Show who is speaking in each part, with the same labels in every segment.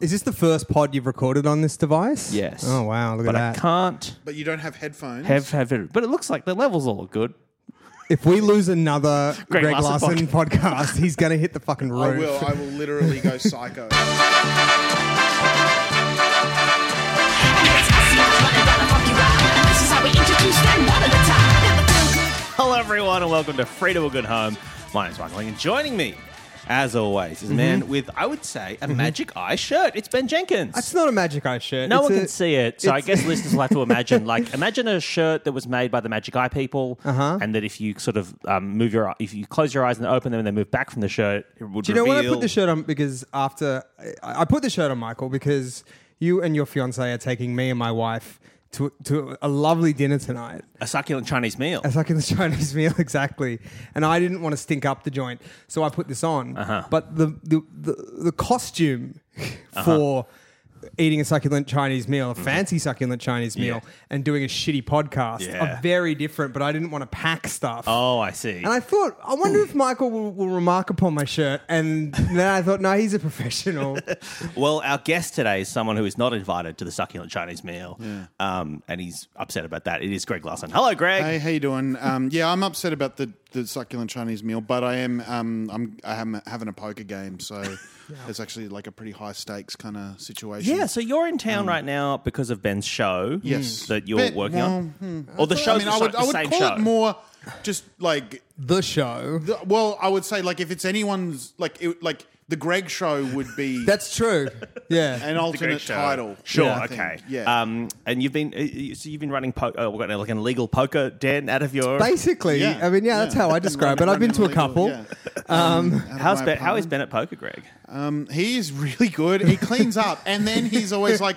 Speaker 1: Is this the first pod you've recorded on this device?
Speaker 2: Yes.
Speaker 1: Oh wow, look
Speaker 2: but
Speaker 1: at
Speaker 2: I
Speaker 1: that.
Speaker 2: can't
Speaker 3: But you don't have headphones.
Speaker 2: have have it. But it looks like the levels all look good.
Speaker 1: If we lose another
Speaker 2: Greg
Speaker 1: Greg,
Speaker 2: Larson
Speaker 1: Larson, podcast, he's gonna hit the fucking
Speaker 3: I
Speaker 1: roof.
Speaker 3: will. I will literally go psycho.
Speaker 2: Hello, everyone, and welcome to Free to a Good Home. My name's Michael, and joining me, as always, is a man
Speaker 1: Mm-hmm.
Speaker 2: with I would say a magic eye shirt. It's Ben Jenkins.
Speaker 1: It's not a magic eye shirt.
Speaker 2: no
Speaker 1: It's
Speaker 2: one
Speaker 1: a-
Speaker 2: can see it, so I
Speaker 1: it's-
Speaker 2: guess listeners will have to imagine. Like, imagine a shirt that was made by the Magic Eye people, uh-huh. and that if you sort of um, move your, if you close your eyes and open them, and they move back from the shirt, it would.
Speaker 1: Do you know
Speaker 2: reveal...
Speaker 1: when I put the shirt on? Because after I, I put the shirt on, Michael, because you and your fiance are taking me and my wife to to a lovely dinner tonight.
Speaker 2: a succulent Chinese meal?
Speaker 1: It's like in the Chinese meal, exactly. And I didn't want to stink up the joint, so I put this on.
Speaker 3: Uh-huh.
Speaker 1: But the, the the the costume for eating a succulent Chinese meal, a
Speaker 3: Mm-hmm.
Speaker 1: fancy succulent Chinese meal, and doing a shitty podcast
Speaker 2: Yeah.
Speaker 1: are very different. But I didn't want to pack stuff.
Speaker 2: Oh, I see.
Speaker 1: And I thought, I wonder if Michael will, will remark upon my shirt. And then I thought, no, he's a professional.
Speaker 2: Well, our guest today is someone who is not invited to the succulent Chinese meal, um, and he's upset about that. It is Greg Larson. Hello, Greg.
Speaker 3: hey, how you doing? Um, yeah, I'm upset about the, the succulent Chinese meal, but I am um, I'm I am having a poker game, so it's actually like a pretty high stakes kind of situation.
Speaker 2: Yeah, so you're in town right now because of Ben's show.
Speaker 3: Mm. Yes.
Speaker 2: that you're
Speaker 3: Bit-
Speaker 2: working
Speaker 3: well, hmm.
Speaker 2: on, or the show.
Speaker 3: I mean, I would,
Speaker 2: the
Speaker 3: I would
Speaker 2: same
Speaker 3: call
Speaker 2: show.
Speaker 3: it more just like
Speaker 1: the show.
Speaker 3: the, well, I would say like if it's anyone's like it, like the Greg show would be
Speaker 1: That's true. Yeah.
Speaker 3: an alternate title.
Speaker 2: Sure.
Speaker 3: Yeah, I think.
Speaker 2: okay.
Speaker 3: Yeah.
Speaker 2: Um, and you've been uh, so you've been running po- uh, what, like an illegal poker den out of your.
Speaker 1: Basically,
Speaker 3: Yeah.
Speaker 1: I mean, yeah, that's how I describe it. I've been to a couple. Um,
Speaker 3: Yeah.
Speaker 2: How's
Speaker 3: my
Speaker 2: ben, how
Speaker 3: apartment.
Speaker 2: is Ben at poker, Greg?
Speaker 3: He is really good. He cleans up, and then he's always like,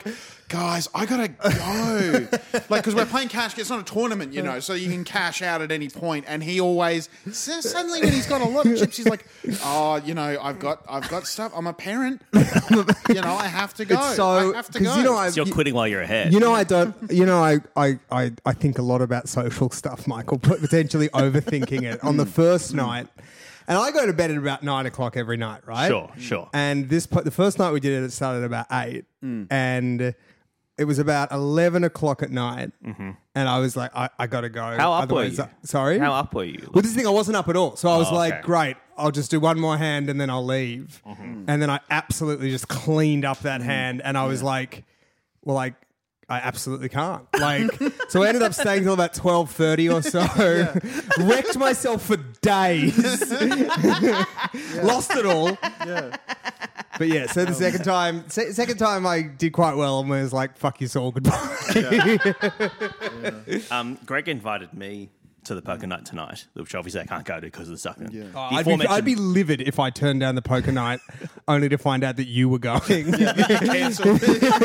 Speaker 3: "Guys, I gotta go." like, because we're playing cash, it's not a tournament, you know, so you can cash out at any point. And he always so suddenly when he's got a lot of chips, he's like, "Oh, you know, I've got, I've got stuff. I'm a parent. you know, I have to go.
Speaker 1: It's so
Speaker 3: I have to
Speaker 1: because
Speaker 3: go."
Speaker 1: you know I
Speaker 2: So you're quitting while you're ahead.
Speaker 1: you know I don't you know I, I I I think a lot about social stuff, Michael. pot- Potentially overthinking it on the
Speaker 2: Mm.
Speaker 1: first night, and I go to bed at about nine o'clock every night, right?
Speaker 2: Sure, sure.
Speaker 1: And this po- the first night we did it, it started about eight,
Speaker 2: Mm.
Speaker 1: and it was about eleven o'clock at night, and I was like, I, I gotta go.
Speaker 2: Mm-hmm. How up were
Speaker 1: Otherwise,
Speaker 2: you?
Speaker 1: I- sorry,
Speaker 2: How up were you?
Speaker 1: well, this thing I wasn't up at all, so I was
Speaker 2: Oh,
Speaker 1: like,
Speaker 2: okay.
Speaker 1: "Great, I'll just do one more hand and then I'll leave."
Speaker 2: Mm-hmm.
Speaker 1: And then I absolutely just cleaned up that hand, and I was like, "Well, like, I absolutely can't." Like, so I ended up staying till about twelve thirty or so, wrecked myself for days, lost it all. But yeah, so the second time, se- second time I did quite well and was like, "Fuck you, all goodbye."
Speaker 2: Um, Greg invited me to the poker night tonight, which obviously I can't go to because of the succulent.
Speaker 3: Yeah.
Speaker 2: The
Speaker 3: Oh,
Speaker 1: I'd be, I'd
Speaker 2: aforementioned-
Speaker 1: be livid if I turned down the poker night only to find out that you were going.
Speaker 3: Cancelled.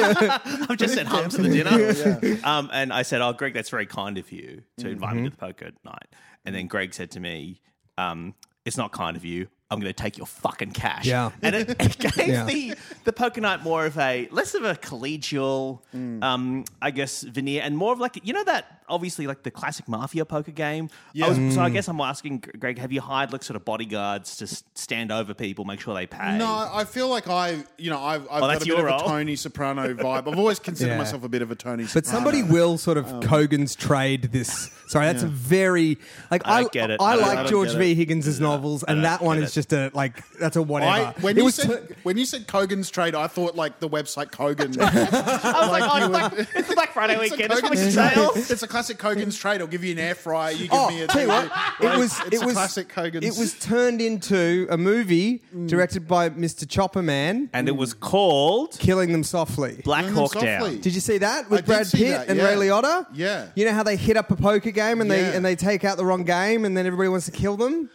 Speaker 2: I've just said hums to the dinner. Um, and I said, Oh, Greg, that's very kind of you to invite
Speaker 1: Mm-hmm.
Speaker 2: me to the poker night. And then Greg said to me, um, It's not kind of you. I'm going to take your fucking cash.
Speaker 1: Yeah.
Speaker 2: And it, it gave
Speaker 1: Yeah.
Speaker 2: the, the poker night more of a, less of a collegial, um, I guess, veneer and more of like, you know, that obviously like the classic mafia poker game. I was,
Speaker 1: Mm.
Speaker 2: So I guess I'm asking, Greg, have you hired like sort of bodyguards to s- stand over people, make sure they pay?
Speaker 3: No, I feel like I, you know, I've, I've got
Speaker 2: Oh, that's
Speaker 3: a bit
Speaker 2: your role.
Speaker 3: of a Tony Soprano vibe. I've always considered
Speaker 1: Yeah.
Speaker 3: myself a bit of a Tony.
Speaker 1: But
Speaker 3: Soprano.
Speaker 1: somebody will sort
Speaker 3: Um,
Speaker 1: of Kogan's trade this. Sorry, that's a very like
Speaker 2: I
Speaker 1: I,
Speaker 2: don't get it.
Speaker 1: I,
Speaker 2: I don't- I
Speaker 1: like
Speaker 2: don't
Speaker 1: George
Speaker 3: get
Speaker 1: V. Higgins' novels, and that one
Speaker 2: get
Speaker 1: is
Speaker 2: it.
Speaker 1: just a like that's a whatever.
Speaker 3: I, when
Speaker 1: It
Speaker 3: you
Speaker 1: was
Speaker 3: said
Speaker 1: t-
Speaker 3: when you said Kogan's trade, I thought like the website Kogan. I
Speaker 2: was like, oh, it's Black- it's Black Friday weekend, it's probably sales.
Speaker 3: It's a classic Kogan's trade. I'll give you an air fryer. You give me
Speaker 1: Oh,
Speaker 3: a.
Speaker 1: tell you what, it
Speaker 3: Like,
Speaker 1: was
Speaker 3: it's
Speaker 1: it
Speaker 3: a
Speaker 1: was
Speaker 3: classic Kogan's. Mm.
Speaker 1: It was turned into a movie directed by Mr. Chopper Man,
Speaker 2: And it was called
Speaker 1: killing them softly.
Speaker 2: Black
Speaker 3: Learn them
Speaker 2: Hawk Down.
Speaker 3: softly.
Speaker 1: Did you see that
Speaker 3: I
Speaker 1: with
Speaker 3: did
Speaker 1: Brad
Speaker 3: see
Speaker 1: Pitt
Speaker 3: that,
Speaker 1: and
Speaker 3: yeah.
Speaker 1: Ray Liotta?
Speaker 3: Yeah.
Speaker 1: You know how they hit up a poker game and
Speaker 3: Yeah.
Speaker 1: they and they take out the wrong game and then everybody wants to kill them?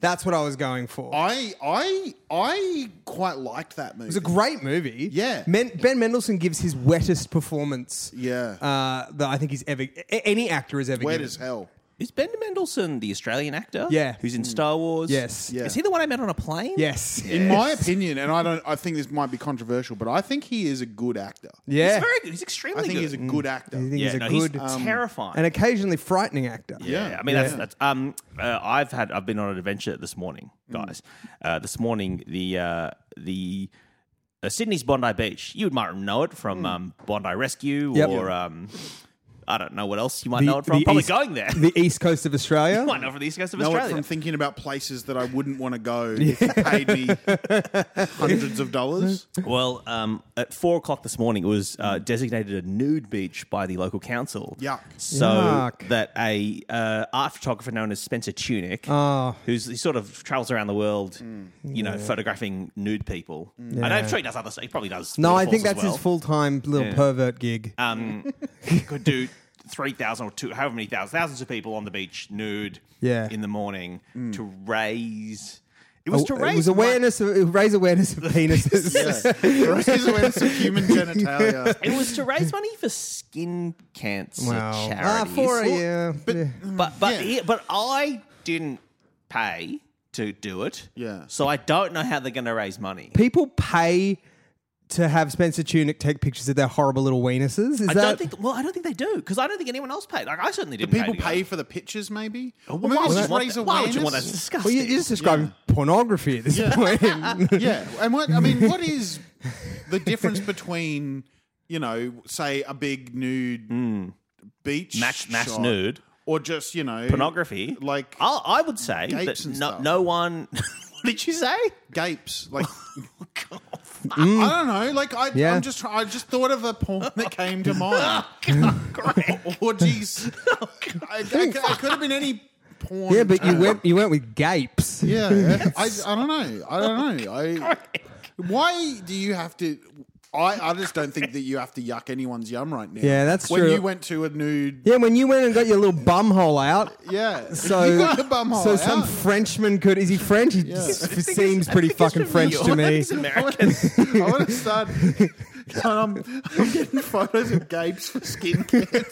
Speaker 1: That's what I was going for.
Speaker 3: I I I quite liked that movie.
Speaker 1: it was a great movie.
Speaker 3: Yeah.
Speaker 1: Men, ben Mendelsohn gives his wettest performance.
Speaker 3: Yeah.
Speaker 1: Uh, that I think he's ever a- any actor has ever
Speaker 3: Wet
Speaker 1: given.
Speaker 3: as hell.
Speaker 2: Is Ben Mendelsohn the Australian actor?
Speaker 1: Yeah. Hmm.
Speaker 2: Who's in Star Wars?
Speaker 1: Yes. Yeah.
Speaker 2: Is he the one I met on a plane?
Speaker 1: Yes.
Speaker 3: In my opinion, and I don't. I think this might be controversial, but I think he is a good actor.
Speaker 1: Yeah. Mm.
Speaker 2: He's very good. He's extremely
Speaker 3: I think
Speaker 2: good.
Speaker 3: he's a good actor.
Speaker 1: I think
Speaker 2: yeah,
Speaker 1: he's a
Speaker 2: no,
Speaker 1: good um,
Speaker 2: he's terrifying.
Speaker 1: and occasionally frightening actor.
Speaker 2: yeah.
Speaker 3: Yeah.
Speaker 2: I mean, that's,
Speaker 1: Yeah.
Speaker 2: that's um. Uh, I've had. I've
Speaker 1: Hmm.
Speaker 2: been on an adventure this morning, guys. Uh, this morning, the uh, the uh, Sydney's Bondi Beach. You might know it from um, Bondi Rescue
Speaker 1: Hmm. Yep.
Speaker 2: or um, I don't know what else you might
Speaker 1: The-
Speaker 2: know it from.
Speaker 1: the
Speaker 2: Probably
Speaker 1: east-
Speaker 2: going there.
Speaker 1: The east coast of Australia.
Speaker 2: you might know from the east coast of
Speaker 3: Know it
Speaker 2: Australia.
Speaker 3: from thinking about places that I wouldn't want to go if you paid me hundreds of dollars.
Speaker 2: Well, um, at four o'clock this morning, it was uh, designated a nude beach by the local council.
Speaker 3: Yuck.
Speaker 2: So
Speaker 1: Yuck.
Speaker 2: that a uh, art photographer known as Spencer Tunick,
Speaker 1: Oh.
Speaker 2: who's he sort of travels around the world, you know, photographing nude people. And I'm
Speaker 1: Yeah.
Speaker 2: sure he does other stuff. He probably does.
Speaker 1: No, I
Speaker 2: waterfalls
Speaker 1: think
Speaker 2: as
Speaker 1: that's
Speaker 2: well.
Speaker 1: his full time little
Speaker 2: Yeah.
Speaker 1: pervert gig.
Speaker 2: Um, he could do three thousand or two, however many thousands, thousands of people on the beach nude.
Speaker 1: Yeah.
Speaker 2: In the morning to raise. Mm. It was to
Speaker 1: Oh,
Speaker 2: raise
Speaker 1: it was
Speaker 2: mon-
Speaker 1: awareness of, it raise awareness of penises.
Speaker 3: Raise awareness of human genitalia.
Speaker 2: It was to raise money for skin cancer
Speaker 1: Wow. Ah,
Speaker 2: charities.
Speaker 1: for a year. yeah.
Speaker 2: But but
Speaker 3: Yeah.
Speaker 2: he- but I didn't pay to do it.
Speaker 3: Yeah.
Speaker 2: So I don't know how they're going to raise money.
Speaker 1: People pay to have Spencer Tunick take pictures of their horrible little weenuses. Is that
Speaker 2: I don't think. Well, I don't think they do because I don't think anyone else paid. Like I certainly didn't.
Speaker 3: People
Speaker 2: to go.
Speaker 3: pay for the pictures, maybe. Or
Speaker 2: Well,
Speaker 3: maybe
Speaker 2: why,
Speaker 3: it's
Speaker 2: would
Speaker 3: just
Speaker 2: you want
Speaker 3: raise
Speaker 2: that? why would you want that? It's
Speaker 3: awareness.
Speaker 1: Well,
Speaker 2: disgusting.
Speaker 1: you- you're just describing pornography at this point.
Speaker 3: yeah, and what I mean, what is the difference between you know, say a big nude beach
Speaker 2: Hmm. Mass- mass
Speaker 3: shot
Speaker 2: nude.
Speaker 3: or just you know
Speaker 2: pornography.
Speaker 3: like
Speaker 2: I'll, I would say
Speaker 3: Gapes
Speaker 2: that
Speaker 3: and
Speaker 2: no,
Speaker 3: stuff.
Speaker 2: no one. what did you say?
Speaker 3: gapes like. Oh, I don't know. Like I,
Speaker 1: Mm. Yeah.
Speaker 3: I'm just. try- I just thought of a porn that came to mind.
Speaker 1: Oh,
Speaker 3: Orgies. I, I, it could have been any porn.
Speaker 1: yeah, but you
Speaker 3: term.
Speaker 1: went you went with gapes.
Speaker 3: Yeah, I, I don't know. I don't
Speaker 1: Oh,
Speaker 3: know. I, why do you have to? I, I just don't think that you have to yuck anyone's yum right now.
Speaker 1: Yeah, that's
Speaker 3: when
Speaker 1: true.
Speaker 3: you went to a nude.
Speaker 1: Yeah, when you went and got your little bum hole out.
Speaker 3: Yeah,
Speaker 1: So,
Speaker 3: you got your bum
Speaker 1: so
Speaker 3: hole
Speaker 1: some
Speaker 3: out.
Speaker 1: Frenchman could. Is he French? He just seems pretty fucking French to me.
Speaker 2: It's American.
Speaker 3: I want to start. I'm, Um, I'm getting photos of Gabe's for skin cancer.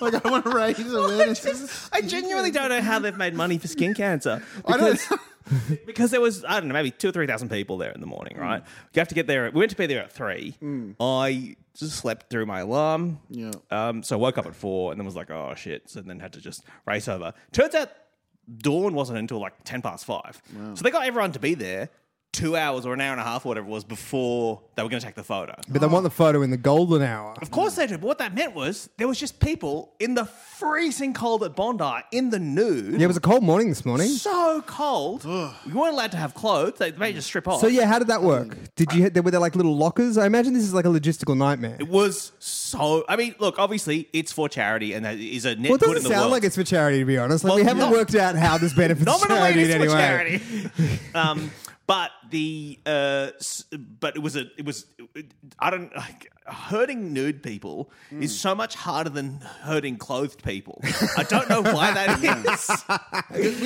Speaker 3: like I want to raise awareness.
Speaker 2: I genuinely don't know how they've made money for skin cancer.
Speaker 3: I don't-
Speaker 2: Because, because there was, I don't know, maybe two or 3,000 people there in the morning,
Speaker 1: Mm.
Speaker 2: right? You have to get there. We went to be there at three. I just slept through my alarm.
Speaker 3: Yeah.
Speaker 2: Um, so I woke up at four and then was like, oh shit. So then had to just race over. Turns out dawn wasn't until like 10 past five. So they got everyone to be there two hours or an hour and a half, whatever it was, before they were going to take the photo.
Speaker 1: But they want the photo in the golden hour.
Speaker 2: Of course they did. But what that meant was there was just people in the freezing cold at Bondi in the nude.
Speaker 1: Yeah, it was a cold morning this morning.
Speaker 2: so cold. You weren't allowed to have clothes. They made you just strip off.
Speaker 1: So yeah, how did that work? Did you there were there like little lockers? I imagine this is like a logistical nightmare.
Speaker 2: It was so. I mean, look. Obviously, it's for charity, and that is a net
Speaker 1: Well, it
Speaker 2: good in
Speaker 1: doesn't
Speaker 2: the
Speaker 1: sound
Speaker 2: world.
Speaker 1: like it's for charity, to be honest. Like,
Speaker 2: Well,
Speaker 1: we haven't
Speaker 2: no.
Speaker 1: worked out how this benefits charity
Speaker 2: Nominally,
Speaker 1: in
Speaker 2: it's
Speaker 1: any
Speaker 2: for
Speaker 1: way.
Speaker 2: charity. um, but the uh, s- but it was a it was I don't like, hurting nude people is so much harder than hurting clothed people. I don't know why that is.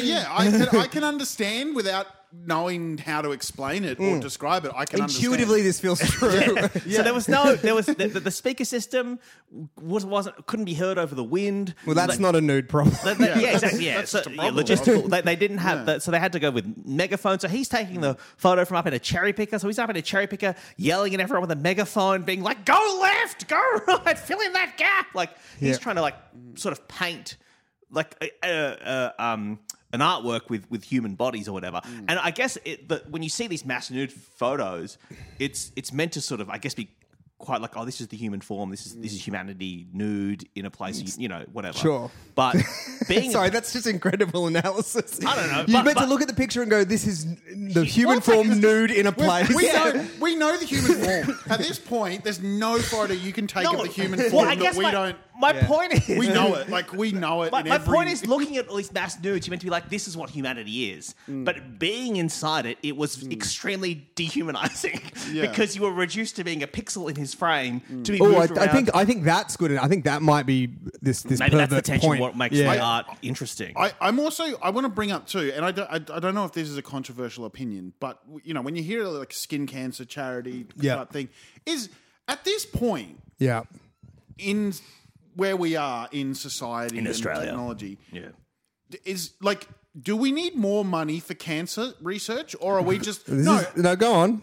Speaker 3: But yeah, I can, I can understand without knowing how to explain it or describe it. I can
Speaker 1: Intuitively,
Speaker 3: Understand.
Speaker 1: this feels true.
Speaker 2: So there was no, there was the, the, the speaker system was wasn't couldn't be heard over the wind.
Speaker 1: Well, that's not a nude problem.
Speaker 2: They- they- yeah,
Speaker 3: that's-
Speaker 2: exactly. Yeah,
Speaker 3: that's
Speaker 2: so,
Speaker 3: just a
Speaker 2: yeah,
Speaker 3: problem.
Speaker 2: logistical. They, they didn't have that, so they had to go with megaphone. So he's taking the photo from up in a cherry picker. So he's up in a cherry picker, yelling at everyone with a megaphone, being like, "Go left, go right, fill in that gap." Like he's
Speaker 1: Yeah.
Speaker 2: trying to like sort of paint like a, a, a, um, an artwork with with human bodies or whatever.
Speaker 3: Mm.
Speaker 2: And I guess it, the, when you see these mass nude photos, it's it's meant to sort of I guess be. Quite like, oh, this is the human form. This is this
Speaker 3: Mm.
Speaker 2: is humanity nude in a place, you, you know, whatever.
Speaker 1: Sure.
Speaker 2: but being
Speaker 1: Sorry, that's just incredible analysis.
Speaker 2: I don't know,
Speaker 1: You
Speaker 2: but-
Speaker 1: meant to
Speaker 2: but-
Speaker 1: look at the picture and go, "This is n- the human
Speaker 3: Well,
Speaker 1: form nude in a
Speaker 3: We-
Speaker 1: place."
Speaker 3: We know, we know the human form. At this point, there's no photo you can take of the human
Speaker 2: Well,
Speaker 3: form
Speaker 2: I guess
Speaker 3: that we
Speaker 2: my,
Speaker 3: don't.
Speaker 2: My
Speaker 1: Yeah.
Speaker 2: point is,
Speaker 3: We know it. Like we know it.
Speaker 2: My,
Speaker 3: in
Speaker 2: my
Speaker 3: every-
Speaker 2: point is, looking at all these mass nudes, you're meant to be like, this is what humanity is.
Speaker 3: Mm.
Speaker 2: But being inside it, it was extremely dehumanizing
Speaker 3: Yeah. Mm.
Speaker 2: because you were reduced to being a pixel in his frame to be
Speaker 1: Oh, I,
Speaker 2: moved
Speaker 1: I
Speaker 2: around.
Speaker 1: think I think that's good. I think that might be this this
Speaker 2: Maybe that's the
Speaker 1: pervert
Speaker 2: tension
Speaker 1: point.
Speaker 2: what makes
Speaker 1: yeah.
Speaker 2: my art interesting.
Speaker 3: I, I'm also. I want to bring up too, and I don't, I, I don't know if this is a controversial opinion, but you know, when you hear like skin cancer charity
Speaker 1: Yeah.
Speaker 3: type thing, is at this point
Speaker 1: Yeah,
Speaker 3: in where we are in society in
Speaker 2: Australia.
Speaker 3: technology,
Speaker 2: yeah.
Speaker 3: is like, do we need more money for cancer research, or are we just
Speaker 1: This
Speaker 3: no?
Speaker 1: is- no, go on.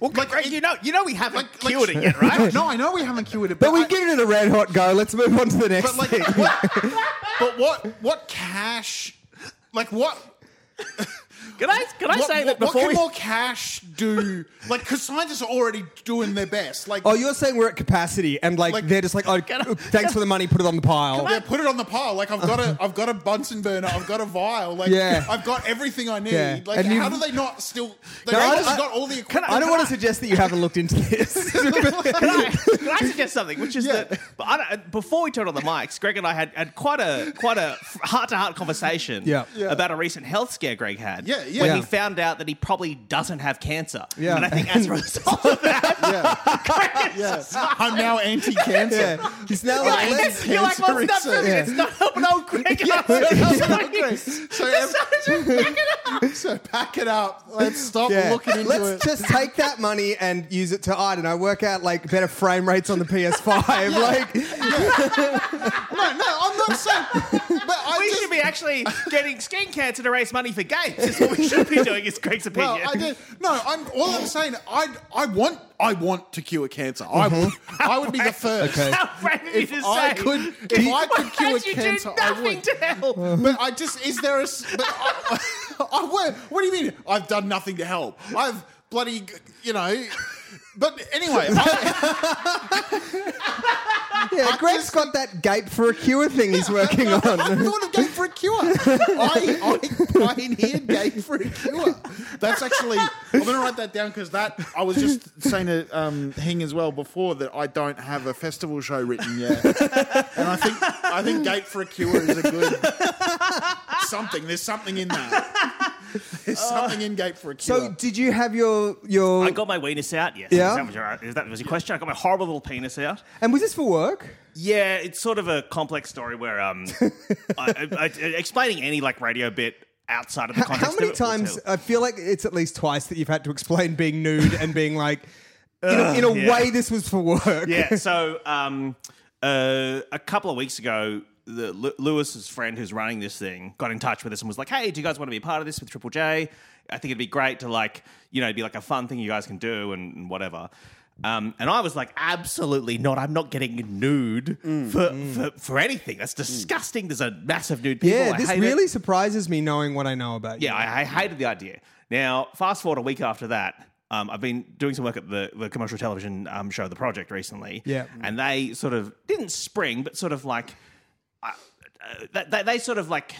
Speaker 2: Well,
Speaker 3: Like,
Speaker 2: Greg,
Speaker 3: it-
Speaker 2: you know, you know, we haven't
Speaker 3: like-
Speaker 2: cured it yet, right?
Speaker 3: no, I know we haven't cured it,
Speaker 1: But we've
Speaker 3: I-
Speaker 1: given it a red hot go. Let's move on to the next
Speaker 3: But like,
Speaker 1: thing.
Speaker 3: what, but what? What cash? Like what?
Speaker 2: Can I can I
Speaker 3: What,
Speaker 2: say that
Speaker 3: what, what
Speaker 2: before
Speaker 3: can
Speaker 2: we,
Speaker 3: more cash do? Like, because scientists are already doing their best. Like,
Speaker 1: Oh, you're saying we're at capacity, and like,
Speaker 3: uh, Like-
Speaker 1: they're just like, oh, thanks for the money, put it on the pile.
Speaker 3: yeah, put it on the pile. Like, I've got a, I've got a Bunsen burner. I've got a vial. Like,
Speaker 1: Yeah.
Speaker 3: I've got everything I need.
Speaker 1: Yeah.
Speaker 3: Like,
Speaker 1: And
Speaker 3: how
Speaker 1: you've-
Speaker 3: do they not still? They've
Speaker 1: No, I-
Speaker 3: obviously
Speaker 1: I-
Speaker 3: got all the equipment.
Speaker 1: I don't want to suggest that you haven't looked into this.
Speaker 2: can, I, can I suggest something? Which is
Speaker 3: Yeah.
Speaker 2: that but I don't, before we turned on the mics, Greg and I had, had quite a quite a heart to heart conversation
Speaker 1: Yeah. Yeah.
Speaker 2: about a recent health scare Greg had.
Speaker 3: Yeah, yeah.
Speaker 2: When
Speaker 1: Yeah.
Speaker 2: he found out that he probably doesn't have cancer.
Speaker 1: Yeah.
Speaker 2: And I think as a result of that, Greg is just like-
Speaker 3: I'm now anti-cancer.
Speaker 1: yeah. He's now
Speaker 2: You're
Speaker 1: like,
Speaker 2: like,
Speaker 1: let's-
Speaker 2: you're like, well, it's not
Speaker 3: cancer
Speaker 2: food.
Speaker 1: research.
Speaker 2: It's not helping old Greg. out.
Speaker 3: So,
Speaker 2: This is ridiculous.
Speaker 3: so pack it up. Let's stop
Speaker 1: yeah.
Speaker 3: looking into
Speaker 1: Let's
Speaker 3: it.
Speaker 1: just take that money and use it to I don't know, work out like better frame rates on the PS5. Like,
Speaker 3: No, no, I'm not saying. But I
Speaker 2: We
Speaker 3: just,
Speaker 2: should be actually getting skin cancer to raise money for games. Is what we should be doing. Is Greg's opinion?
Speaker 3: Well, I did. No, I'm all I'm saying. I I want I want to cure cancer. I would I would be the first.
Speaker 1: Mm-hmm. Okay.
Speaker 2: How brave of you to say?
Speaker 3: If I could, if I could cure cancer, I would. Uh,
Speaker 2: help.
Speaker 3: But I just is there a? s- But I, I, what, what do you mean? I've done nothing to help. I've bloody you know. But anyway, I,
Speaker 1: yeah, Greg's got that gape for a cure thing he's working
Speaker 3: I
Speaker 1: on.
Speaker 3: thought of game for a cure. I, I pioneered game for a cure. That's actually. I'm going to write that down because that I was just saying to um, Hing as well before that I don't have a festival show written yet, and I think I think Gate for a Cure is a good something. There's something in that. There's something in Gate for a Cure.
Speaker 1: So, did you have your your?
Speaker 2: I got my weenus out. Yes.
Speaker 1: Yeah?
Speaker 2: Is that, was your, is that was your question? I got my horrible little penis out.
Speaker 1: and was this for work?
Speaker 2: Yeah, it's sort of a complex story where um, I, I, I, explaining any like radio bit outside of the
Speaker 1: How-
Speaker 2: context.
Speaker 1: How many
Speaker 2: of it was
Speaker 1: times?
Speaker 2: terrible.
Speaker 1: I feel like it's at least twice that you've had to explain being nude and being like, in a, in a
Speaker 2: yeah.
Speaker 1: way, this was for work.
Speaker 2: yeah. So um, uh, a couple of weeks ago, the, Lu- Lewis's friend who's running this thing got in touch with us and was like, "Hey, do you guys want to be a part of this with Triple J? I think it'd be great to like, you know, it'd be like a fun thing you guys can do and, and whatever." Um, and I was like, absolutely not. I'm not getting nude
Speaker 1: Mm,
Speaker 2: for, For, for anything. That's disgusting. There's a massive nude people.
Speaker 1: Yeah,
Speaker 2: I
Speaker 1: this
Speaker 2: hate it.
Speaker 1: really surprises me knowing what I know about you.
Speaker 2: Yeah, I, I hated the idea. Now, fast forward a week after that, um, I've been doing some work at the, the commercial television um, show, The Project, recently.
Speaker 1: Yeah.
Speaker 2: And they sort of didn't spring, but sort of like, uh, uh, they, they sort of like,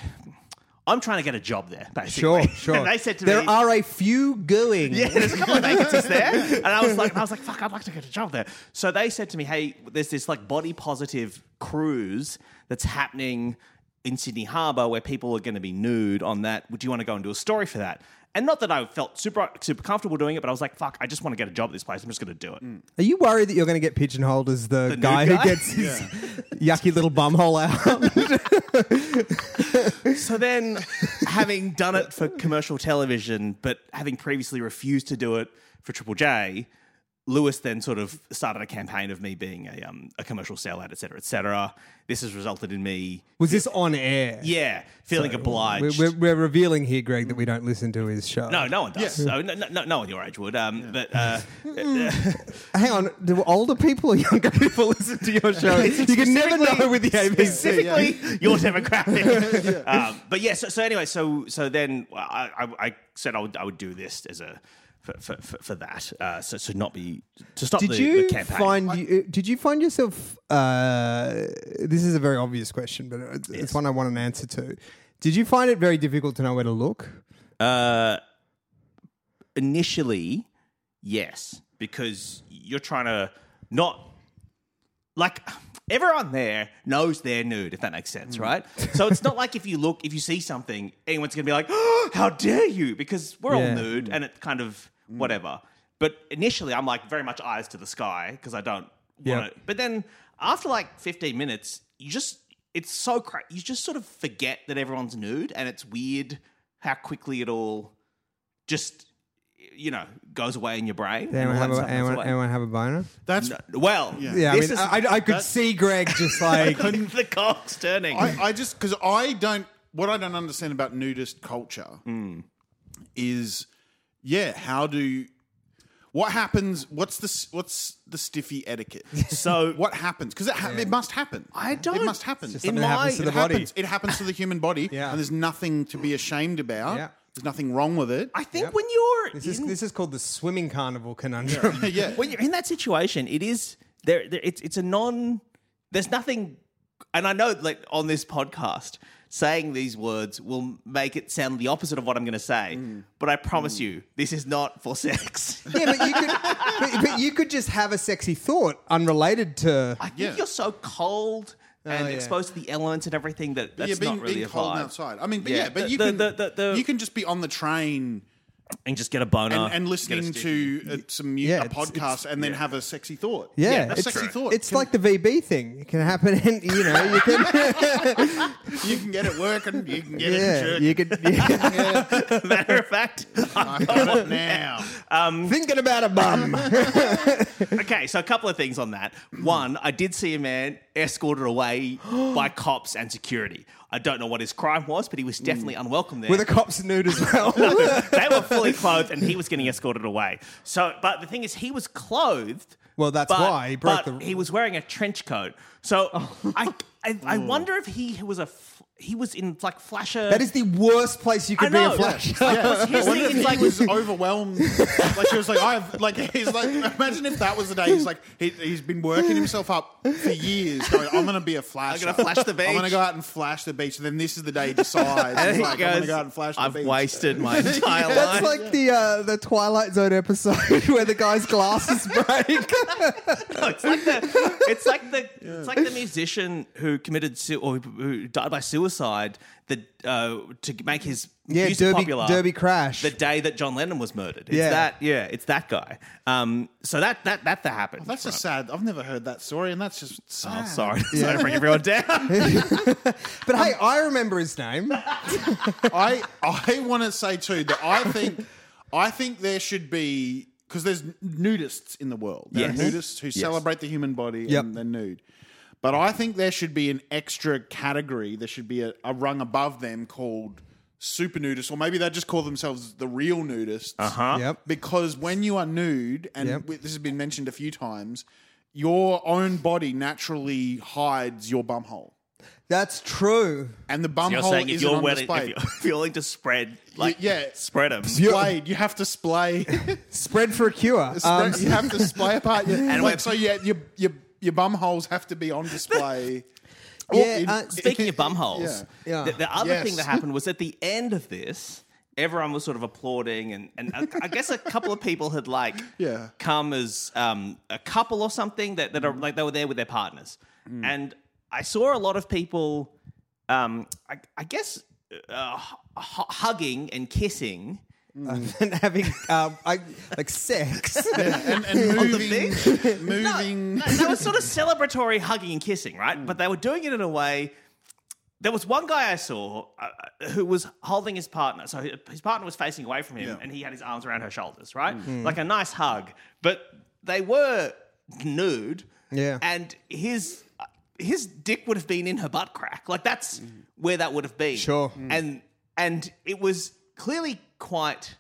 Speaker 2: I'm trying to get a job there,
Speaker 1: Sure,
Speaker 2: basically.
Speaker 1: sure.
Speaker 2: and they said to
Speaker 1: there
Speaker 2: me,
Speaker 1: are a few going.
Speaker 2: yeah, there's a couple of vacancies there, and I was like, and I was like, fuck, I'd like to get a job there. So they said to me, hey, there's this like body positive cruise that's happening in Sydney Harbour where people are going to be nude on that. Would you want to go and do a story for that? And not that I felt super super comfortable doing it, but I was like, fuck, I just want to get a job at this place. I'm just going to do it.
Speaker 1: Are you worried that you're going to get pigeonholed as the,
Speaker 2: nude
Speaker 1: guy,
Speaker 2: guy?
Speaker 1: who gets his yucky little bumhole out?
Speaker 2: So then, having done it for commercial television, but having previously refused to do it for Triple J, Lewis then sort of started a campaign of me being a, um, a commercial sellout, et cetera, et cetera. This has resulted in me,
Speaker 1: was this on air?
Speaker 2: yeah, feeling
Speaker 1: We're,
Speaker 2: obliged.
Speaker 1: we're, we're revealing here, Greg, that we don't listen to his show.
Speaker 2: no, no one does. So no, no, no one your age would. Um, But uh,
Speaker 1: Hang on. Do older people or younger people listen to your show? you can never
Speaker 2: specifically-
Speaker 1: know with the ABC.
Speaker 2: specifically your demographic. um, but yeah, so, so anyway, so so then I, I, I said I would I would do this as a for, for, for, for that. Uh, so so not be to stop
Speaker 1: Did
Speaker 2: the,
Speaker 1: you
Speaker 2: the campaign.
Speaker 1: find you, did you find yourself? Uh, this is a very obvious question, but it's, it's one I want an answer to. Did you find it very difficult to know where to look?
Speaker 2: Uh, initially, yes, because you're trying to not like everyone there knows they're nude, if that makes sense, right? So it's not like if you look, if you see something, anyone's gonna be like, oh, "How dare you?" Because we're all
Speaker 1: Yeah.
Speaker 2: nude, and it kind of whatever. But initially, I'm like very much eyes to the sky because I don't
Speaker 1: Yeah.
Speaker 2: want to. But then after like 15 minutes, you just it's so cra You just sort of forget that everyone's nude, and it's weird how quickly it all just you know goes away in your brain. and
Speaker 1: Anyone
Speaker 2: all
Speaker 1: have,
Speaker 2: that
Speaker 1: a,
Speaker 2: stuff goes
Speaker 1: anyone,
Speaker 2: away.
Speaker 1: anyone have a boner?
Speaker 3: That's
Speaker 2: No- well,
Speaker 1: Yeah, I
Speaker 2: this
Speaker 1: mean,
Speaker 2: is
Speaker 1: I, I could see Greg just like
Speaker 2: the cock's turning.
Speaker 3: I, I just because I don't what I don't understand about nudist culture is yeah how do what happens what's the s- what's the stiffy etiquette
Speaker 2: so
Speaker 3: what happens because it, ha- it must happen
Speaker 2: I don't.
Speaker 3: it must happen
Speaker 2: It's
Speaker 1: something that happens to
Speaker 3: it
Speaker 1: the body.
Speaker 3: happens it happens to the human body
Speaker 1: Yeah.
Speaker 3: and there's nothing to be ashamed about
Speaker 1: Yeah.
Speaker 3: There's nothing wrong with it.
Speaker 2: I think when you're
Speaker 1: This is
Speaker 2: in,
Speaker 1: this is called the swimming carnival conundrum.
Speaker 3: yeah.
Speaker 2: when you're in that situation, it is there. there it's it's a non. There's nothing, and I know like on this podcast, saying these words will make it sound the opposite of what I'm going to say.
Speaker 3: Mm.
Speaker 2: But I promise you, this is not for sex.
Speaker 1: yeah, but you could but, but you could just have a sexy thought unrelated to
Speaker 2: I think
Speaker 3: Yeah. Oh,
Speaker 2: you're so cold and
Speaker 1: yeah.
Speaker 2: exposed to the elements and everything that that's
Speaker 3: yeah, being,
Speaker 2: not really
Speaker 3: being
Speaker 2: a
Speaker 3: cold and
Speaker 2: vibe.
Speaker 3: outside. I mean, but
Speaker 2: Yeah.
Speaker 3: yeah, but
Speaker 2: The-
Speaker 3: you
Speaker 2: the-
Speaker 3: can
Speaker 2: the- the- the-
Speaker 3: you can just be on the train
Speaker 2: and just Uh, get a boner
Speaker 3: and, and listening to uh, some mu-
Speaker 1: Yeah,
Speaker 3: a
Speaker 1: it's-
Speaker 3: podcast and then have a sexy thought.
Speaker 1: yeah,
Speaker 3: a
Speaker 1: it's,
Speaker 3: sexy thought.
Speaker 1: it's
Speaker 3: can,
Speaker 1: like the VB thing. It can happen, and you know you can.
Speaker 3: you can get it working, you can get it
Speaker 1: yeah,
Speaker 3: jerk.
Speaker 1: you could. Yeah.
Speaker 2: Matter of fact,
Speaker 3: I got it now.
Speaker 1: Thinking about a bum.
Speaker 2: okay. So a couple of things on that. One, I did see a man escorted away by cops and security. I don't know what his crime was, but he
Speaker 1: Hmm.
Speaker 2: was definitely unwelcome there.
Speaker 1: Were the cops nude as well?
Speaker 2: they were fully clothed, and he was getting escorted away. So, but the thing is, he was clothed.
Speaker 1: Well, that's
Speaker 2: but-
Speaker 1: why he broke
Speaker 2: but
Speaker 1: the- Oh.
Speaker 2: he was wearing a trench coat. So, I, I, I wonder if he was a f- he was in like flasher.
Speaker 1: that is the worst place you
Speaker 2: I
Speaker 1: could be
Speaker 2: know.
Speaker 1: a flash.
Speaker 2: Like, here's the
Speaker 3: Wonder
Speaker 2: thing,
Speaker 3: if
Speaker 2: it's like-
Speaker 3: he was overwhelmed. like he was like, I've like he's like. Imagine if that was the day he's like he, he's been working himself up for years. Going, I'm gonna be a flash.
Speaker 2: gonna flash the
Speaker 3: I'm
Speaker 2: beach."
Speaker 3: gonna go out and flash the beach. And then this is the day he decides.
Speaker 2: And
Speaker 3: He's
Speaker 2: he
Speaker 3: like, I'm gonna
Speaker 2: goes,
Speaker 3: go out and flash the
Speaker 2: I've
Speaker 3: beach.
Speaker 2: wasted my entire life.
Speaker 1: That's like the uh, the Twilight Zone episode where the guy's glasses break.
Speaker 2: No, it's like the it's like the it's like the musician who committed su- or who died by suicide that uh, to make his
Speaker 1: Yeah,
Speaker 2: music
Speaker 1: Derby-
Speaker 2: popular.
Speaker 1: Derby Crash.
Speaker 2: the day that John Lennon was murdered. It's
Speaker 1: Yeah.
Speaker 2: that yeah, it's that guy. Um, so that that that that happened.
Speaker 3: Oh, That's just sad. I've never heard that story, and that's just sad.
Speaker 2: I'm sorry, sorry to bring everyone down.
Speaker 1: But hey, I remember his name.
Speaker 3: I I want to say too that I think I think there should be because there's nudists in the world. There
Speaker 2: Yes.
Speaker 3: are nudists who celebrate the human body
Speaker 1: Yep.
Speaker 3: and they're nude. But I think there should be an extra category. There should be a, a rung above them called super nudists, or maybe they just call themselves the real nudists. Uh
Speaker 2: Uh-huh.
Speaker 3: huh.
Speaker 1: Yep.
Speaker 3: Because when you are nude, and
Speaker 1: Yep.
Speaker 3: we- this has been mentioned a few times, your own body naturally hides your bum hole.
Speaker 1: That's true.
Speaker 3: And the bum
Speaker 2: You're
Speaker 3: hole
Speaker 2: saying if
Speaker 3: isn't
Speaker 2: you're,
Speaker 3: on
Speaker 2: willing, if
Speaker 3: display.
Speaker 2: you're if you're willing to spread like
Speaker 3: yeah.
Speaker 2: spread them.
Speaker 3: Splayed. You have to splay.
Speaker 1: Spread for a cure. Um,
Speaker 3: Spread- you have to display apart. Your, and
Speaker 2: when-
Speaker 3: like, so yeah, your your your bum holes have to be on display.
Speaker 1: Yeah,
Speaker 3: in-
Speaker 1: uh,
Speaker 2: Speaking of bum holes,
Speaker 1: Yeah. Yeah.
Speaker 2: The, the other
Speaker 3: Yes.
Speaker 2: thing that happened was at the end of this, everyone was sort of applauding, and, and I, I guess a couple of people had like
Speaker 3: Yeah.
Speaker 2: come as um, a couple or something that, that are like they were there with their partners. And I saw a lot of people, um, I, I guess, uh, hu- hu- hugging and kissing.
Speaker 1: and having um, I, like sex.
Speaker 3: and, and
Speaker 2: On the
Speaker 3: moving,
Speaker 2: No,
Speaker 3: moving.
Speaker 2: no, that was sort of celebratory hugging and kissing, right?
Speaker 1: Hmm.
Speaker 2: But they were doing it in a way. There was one guy I saw uh, who was holding his partner. So his partner was facing away from him,
Speaker 3: Yeah.
Speaker 2: and he had his arms around her shoulders, right?
Speaker 1: Hmm.
Speaker 2: Like a nice hug. But they were nude,
Speaker 1: Yeah.
Speaker 2: and his uh, his dick would have been in her butt crack. Like that's where that would have been.
Speaker 1: Hmm. Sure.
Speaker 2: And and it was clearly quite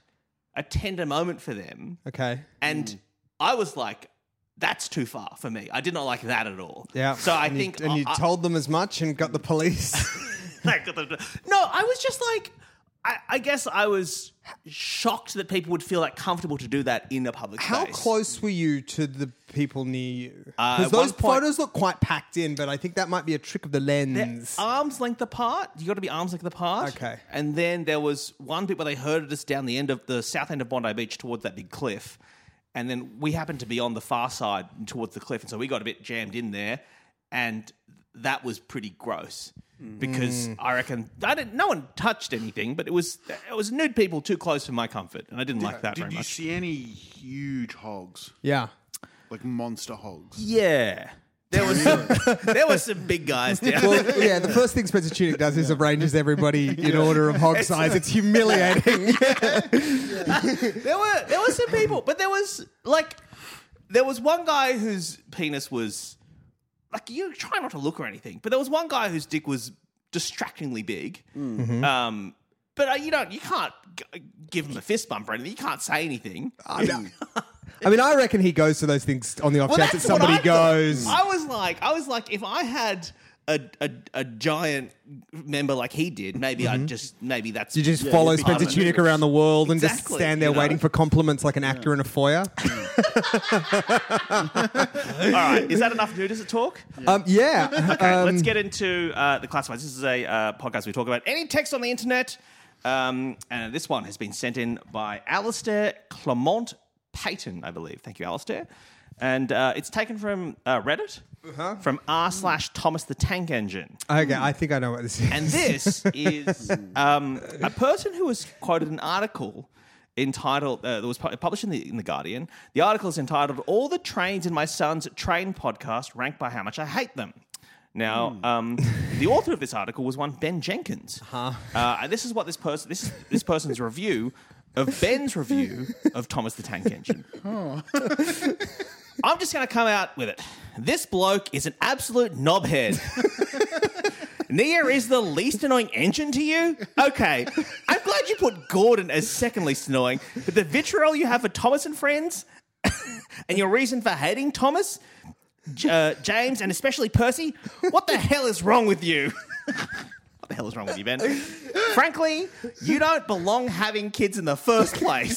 Speaker 2: a tender moment for them.
Speaker 1: Okay.
Speaker 2: And
Speaker 1: Mm.
Speaker 2: I was like, that's too far for me. I did not like that at all.
Speaker 1: Yeah.
Speaker 2: So I
Speaker 1: And you-
Speaker 2: think
Speaker 1: and you
Speaker 2: I- I-
Speaker 1: told them as much and got the police.
Speaker 2: I got the- no, I was just like, I, I guess I was shocked that people would feel like comfortable to do that in a public
Speaker 1: How
Speaker 2: space.
Speaker 1: close were you to the people near you?
Speaker 2: Uh,
Speaker 1: Because
Speaker 2: at
Speaker 1: those
Speaker 2: one point-
Speaker 1: photos look quite packed in, but I think that might be a trick of the lens.
Speaker 2: Arms length apart. You got to be arms length apart.
Speaker 1: Okay.
Speaker 2: And then there was one bit where they herded us down the end of the south end of Bondi Beach towards that big cliff, and then we happened to be on the far side towards the cliff, and so we got a bit jammed in there, and that was pretty gross because I reckon I didn't. No one touched anything, but it was it was nude people too close for my comfort, and I didn't like that
Speaker 3: Did
Speaker 2: very
Speaker 3: you
Speaker 2: much.
Speaker 3: see any huge hogs,
Speaker 1: yeah.
Speaker 3: like monster hogs?
Speaker 2: yeah. There was some, there were some big guys down there.
Speaker 1: Well, yeah, the first thing Spencer Tunic does is arranges everybody in order of hog size. It's humiliating.
Speaker 2: There were there were some people, but there was like there was one guy whose penis was like you try not to look or anything, but there was one guy whose dick was distractingly big.
Speaker 1: Mm-hmm.
Speaker 2: Um, but uh, you don't you can't g- give him a fist bump or anything. You can't say anything.
Speaker 1: Ah, I mean, I reckon he goes to those things on the off chance that
Speaker 2: what
Speaker 1: somebody
Speaker 2: I thought.
Speaker 1: goes.
Speaker 2: I was like, I was like, if I had
Speaker 4: a, a, a giant member like he did, maybe I just maybe that's
Speaker 1: Mm-hmm. You just follow
Speaker 4: part of
Speaker 1: Spencer
Speaker 4: it.
Speaker 1: Tunick around the world and just
Speaker 4: Exactly,
Speaker 1: stand there
Speaker 4: you know?
Speaker 1: waiting for compliments like an actor in a foyer.
Speaker 2: All right, is that enough nudist talk?
Speaker 1: Um, yeah.
Speaker 2: Okay, let's get into uh, the classifieds. This is a uh, podcast we talk about any text on the internet. Um, and this one has been sent in by Alistair Clement Payton, I believe. Thank you, Alistair. And uh, it's taken from uh, Reddit, from r slash Thomas the Tank Engine.
Speaker 1: Okay, I think I know what this is.
Speaker 2: And this is um, a person who has quoted an article entitled uh, that was pu- published in the, in the Guardian. The article is entitled "All the Trains in My Son's Train Podcast Ranked by How Much I Hate Them." Now, um, the author of this article was one Ben Jenkins, uh, and this is what this person this is this person's review of Ben's review of Thomas the Tank Engine. I'm just going to come out with it. This bloke is an absolute knobhead. Nia is the least annoying engine to you? Okay. I'm glad you put Gordon as second least annoying, but the vitriol you have for Thomas and friends and your reason for hating Thomas, J- uh, James, and especially Percy, what the hell is wrong with you? what the hell is wrong with you, Ben? Frankly, you don't belong having kids in the first place.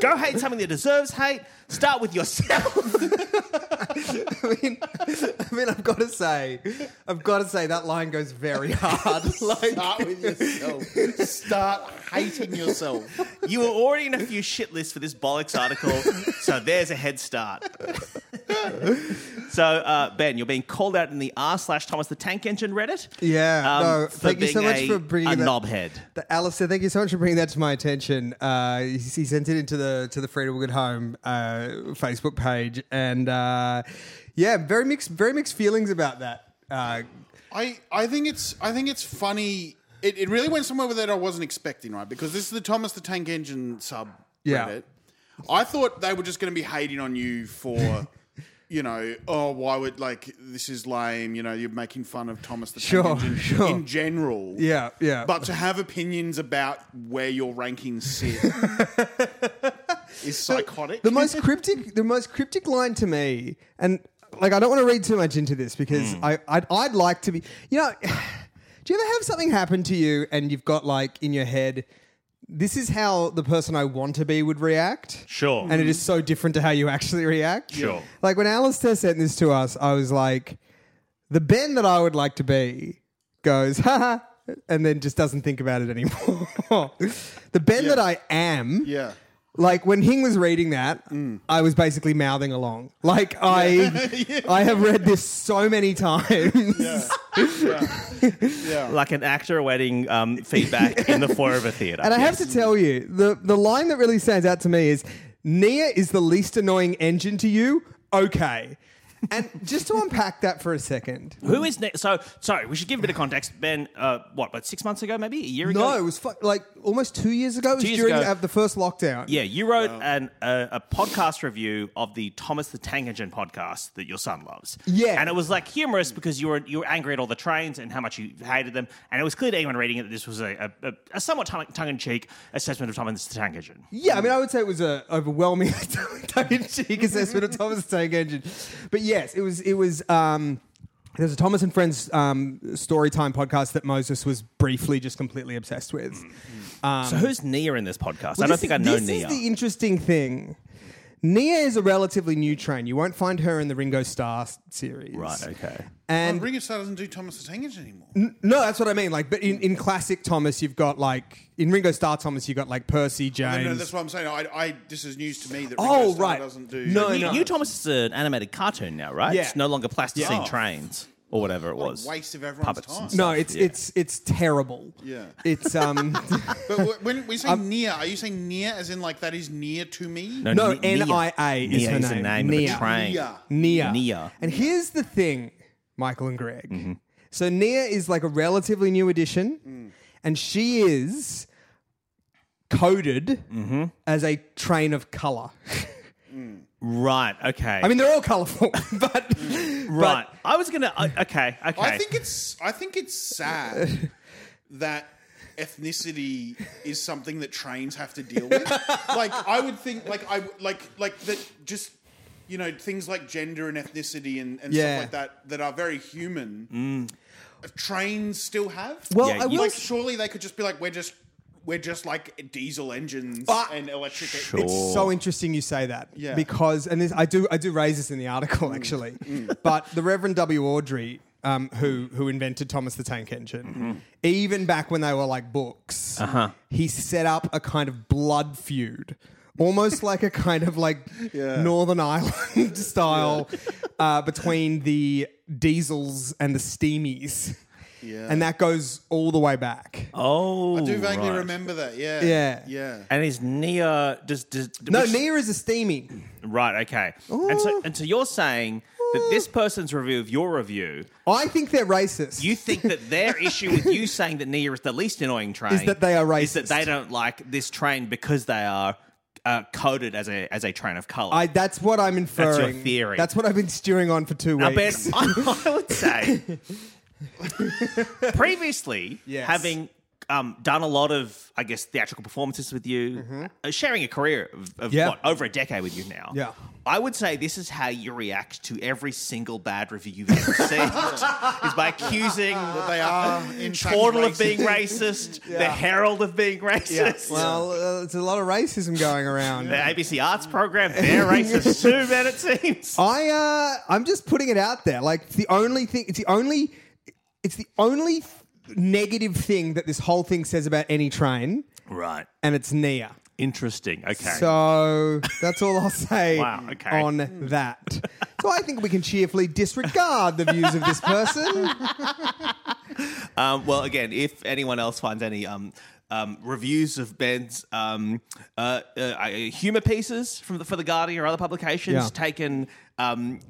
Speaker 2: Go hate something that deserves hate. Start with yourself.
Speaker 1: I mean, I mean, I've got to say, I've got to say that line goes very hard. Like,
Speaker 3: Start with yourself. Start hating yourself.
Speaker 2: You were already in a few shit lists for this bollocks article, so there's a head start. so, uh, Ben, you're being called out in the r slash Thomas the Tank Engine Reddit. um,
Speaker 1: Yeah, no,
Speaker 2: for
Speaker 1: thank you so
Speaker 2: being
Speaker 1: much
Speaker 2: a-
Speaker 1: Um, for bringing
Speaker 2: a
Speaker 1: that-
Speaker 2: knobhead.
Speaker 1: Th- Alistair, thank you so much for bringing that to my attention. Uh, he, he sent it into the to the Freedom Good Home uh, Facebook page, and uh, yeah, very mixed, very mixed feelings about that. Uh,
Speaker 3: I, I think it's I think it's funny. It, it really went somewhere that I wasn't expecting, right? Because this is the Thomas the Tank Engine sub.
Speaker 1: Yeah.
Speaker 3: Reddit. I thought they were just going to be hating on you for, you know, oh, why would like this is lame? You know, you're making fun of Thomas the
Speaker 1: Sure,
Speaker 3: Tank Engine
Speaker 1: sure.
Speaker 3: in general.
Speaker 1: yeah, yeah,
Speaker 3: But to have opinions about where your rankings sit is psychotic.
Speaker 1: the most cryptic, the most cryptic line to me, and like I don't want to read too much into this because
Speaker 2: Hmm.
Speaker 1: I I'd, I'd like to be, you know, do you ever have something happen to you and you've got like in your head, this is how the person I want to be would react.
Speaker 2: Sure.
Speaker 1: and it is so different to how you actually react.
Speaker 2: Sure.
Speaker 1: Like when Alistair sent this to us, I was like, the Ben that I would like to be goes, haha, and then just doesn't think about it anymore. the Ben that I am.
Speaker 3: yeah.
Speaker 1: Like when Hing was reading that,
Speaker 2: Mm.
Speaker 1: I was basically mouthing along. Like I, I have read this so many times.
Speaker 2: like an actor awaiting um, feedback in the floor of a theatre.
Speaker 1: And I have to tell you, the, the line that really stands out to me is Nia is the least annoying engine to you. Okay. And just to unpack that for a second.
Speaker 2: Who is next? So, sorry, we should give a bit of context. Ben, uh, what, about six months ago, maybe? A year ago?
Speaker 1: No, it was fu- like almost two years ago. It was
Speaker 2: Two years
Speaker 1: during
Speaker 2: ago.
Speaker 1: uh, the first lockdown.
Speaker 2: Yeah, you wrote
Speaker 1: Um,
Speaker 2: an, a, a podcast review of the Thomas the Tank Engine podcast that your son loves.
Speaker 1: Yeah.
Speaker 2: and it was like humorous because you were you were angry at all the trains and how much you hated them, and it was clear to anyone reading it that this was a, a, a somewhat tongue in cheek assessment of Thomas the Tank Engine.
Speaker 1: Yeah, I mean, I would say it was a overwhelming tongue-in-cheek assessment of Thomas the Tank Engine, but yes, it was. It was. Um, there's a Thomas and Friends um, story time podcast that Moses was briefly just completely obsessed with.
Speaker 2: so who's Nia in this podcast? Mm. I
Speaker 1: Well,
Speaker 2: don't
Speaker 1: this is-
Speaker 2: think I know
Speaker 1: this
Speaker 2: Nia.
Speaker 1: is the interesting thing. Nia is a relatively new train. You won't find her in the Ringo Starr s- series.
Speaker 2: right? Okay.
Speaker 1: And
Speaker 3: Ringo Starr doesn't do Thomas the Tank Engine anymore.
Speaker 1: no, that's what I mean. Like, but in, in classic Thomas, you've got like in Ringo Starr Thomas, you've got like Percy
Speaker 3: No,
Speaker 1: James.
Speaker 3: no, that's what I'm saying. I, I this is news to me that Ringo
Speaker 1: Oh,
Speaker 3: Starr
Speaker 1: right.
Speaker 3: doesn't do.
Speaker 1: No,
Speaker 2: New,
Speaker 1: no.
Speaker 2: New Thomas is an animated cartoon now, right?
Speaker 1: Yeah.
Speaker 2: It's no longer plasticine
Speaker 3: Yeah.
Speaker 2: trains or whatever it
Speaker 3: What a
Speaker 2: was.
Speaker 3: waste of everyone's
Speaker 2: Puppets
Speaker 3: time.
Speaker 2: and
Speaker 1: no,
Speaker 2: stuff,
Speaker 1: it's
Speaker 2: yeah.
Speaker 1: it's it's terrible.
Speaker 3: Yeah.
Speaker 1: it's um
Speaker 3: But wh- when we say near, are you saying near as in like that is near to me?
Speaker 1: no
Speaker 2: Ni- Nia.
Speaker 1: N I A is
Speaker 2: Nia
Speaker 1: her
Speaker 2: is the
Speaker 1: name.
Speaker 2: name of
Speaker 1: Nia.
Speaker 2: a train.
Speaker 3: Nia.
Speaker 1: Nia.
Speaker 2: Nia. Mm-hmm.
Speaker 1: And here's the thing, Michael and Greg. So Nia is like a relatively new addition,
Speaker 2: Mm.
Speaker 1: and she is coded
Speaker 2: Mm-hmm.
Speaker 1: as a train of color.
Speaker 2: Right. Okay.
Speaker 1: I mean, they're all colorful, but
Speaker 2: Right. I was gonna. Uh, okay. Okay.
Speaker 3: I think it's I think it's sad that ethnicity is something that trains have to deal with. like I would think like I like like that just you know things like gender and ethnicity and, and
Speaker 1: Yeah. Mm.
Speaker 3: stuff like that that are very human. Trains still have.
Speaker 1: Well,
Speaker 2: Yeah,
Speaker 1: I
Speaker 2: you-
Speaker 1: will.
Speaker 3: like
Speaker 1: s-
Speaker 3: surely they could just be like we're just we're just like diesel engines
Speaker 1: Ah,
Speaker 3: and electric.
Speaker 1: It's so interesting you say that
Speaker 3: Yeah.
Speaker 1: because, and this, I do, I do raise this in the article actually, but the Reverend W. Audrey, um, who who invented Thomas the Tank Engine, even back when they were like books, he set up a kind of blood feud, almost like a kind of like Northern Ireland style uh, between the Diesels and the Steamies,
Speaker 3: Yeah.
Speaker 1: and that goes all the way back.
Speaker 2: Oh,
Speaker 3: I do vaguely
Speaker 2: right.
Speaker 3: remember that. Yeah.
Speaker 1: Yeah.
Speaker 3: Yeah.
Speaker 2: And is Nia does does
Speaker 1: No,
Speaker 2: which-
Speaker 1: Nia is a steamy.
Speaker 2: right? Okay, and so and so you're saying that this person's review of your review,
Speaker 1: I think they're racist.
Speaker 2: you think that their issue with you saying that Nia is the least annoying train
Speaker 1: that they are
Speaker 2: is that
Speaker 1: racist.
Speaker 2: they don't like this train because they are uh, coded as a as a train of color.
Speaker 1: I, that's what I'm inferring.
Speaker 2: your theory.
Speaker 1: That's what I've been stewing on for two
Speaker 2: I bet
Speaker 1: weeks.
Speaker 2: I, I would say previously
Speaker 1: Yes.
Speaker 2: having um, done a lot of, I guess, theatrical performances with you, uh, sharing a career of, of
Speaker 1: Mm-hmm. Yeah.
Speaker 2: what, over a decade with you now.
Speaker 1: Yeah.
Speaker 2: I would say this is how you react to every single bad review you've ever seen is by accusing
Speaker 1: Ah.
Speaker 3: They are in fact
Speaker 2: Portal of
Speaker 3: racist.
Speaker 2: being racist, the Herald of being racist.
Speaker 1: Well, uh, there's a lot of racism going around.
Speaker 2: the ABC Arts program, they're racist too, man, it seems.
Speaker 1: I uh, I'm just putting it out there. Like it's the only thing. It's the only. It's the only th- negative thing that this whole thing says about any train,
Speaker 2: Right.
Speaker 1: and it's Nia.
Speaker 2: Interesting. Okay.
Speaker 1: So that's all I'll say
Speaker 2: Wow, okay.
Speaker 1: on that. So I think we can cheerfully disregard the views of this person.
Speaker 2: Um, well, again, if anyone else finds any um, um, reviews of Ben's um, uh, uh, uh, humor pieces from the, for the Guardian or other publications
Speaker 1: Yeah.
Speaker 2: taken um,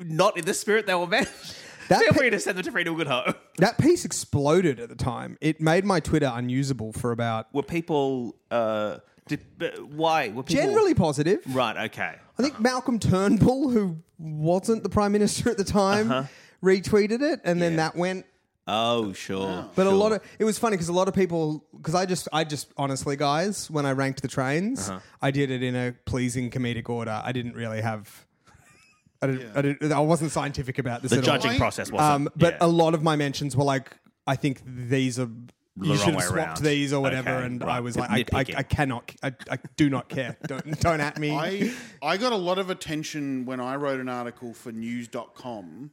Speaker 2: not in the spirit they were meant,
Speaker 1: That
Speaker 2: feel
Speaker 1: pa-
Speaker 2: free to send them to Freedom Good Hope.
Speaker 1: That piece exploded at the time. It made my Twitter unusable for about
Speaker 2: Were people uh, did, uh, why were people
Speaker 1: generally positive.
Speaker 2: right? Okay,
Speaker 1: I think Malcolm Turnbull, who wasn't the prime minister at the time,
Speaker 2: Uh-huh.
Speaker 1: retweeted it, and then that went.
Speaker 2: oh sure,
Speaker 1: But a
Speaker 2: sure.
Speaker 1: lot of it was funny because a lot of people because I just I just honestly guys when I ranked the trains
Speaker 2: Uh-huh.
Speaker 1: I did it in a pleasing comedic order I didn't really have I didn't, I, didn't I wasn't scientific about this
Speaker 2: the
Speaker 1: at
Speaker 2: judging
Speaker 1: all.
Speaker 3: Why-
Speaker 2: process wasn't,
Speaker 1: Um, but
Speaker 2: yeah.
Speaker 1: a lot of my mentions were like I think these are you
Speaker 2: wrong
Speaker 1: should
Speaker 2: way
Speaker 1: have swapped
Speaker 2: around.
Speaker 1: these or whatever
Speaker 2: Okay,
Speaker 1: and
Speaker 2: right.
Speaker 1: I was
Speaker 2: It's
Speaker 1: like I, I,
Speaker 2: nitpicking.
Speaker 1: I cannot I, I do not care don't don't at me
Speaker 3: I I got a lot of attention when I wrote an article for news.com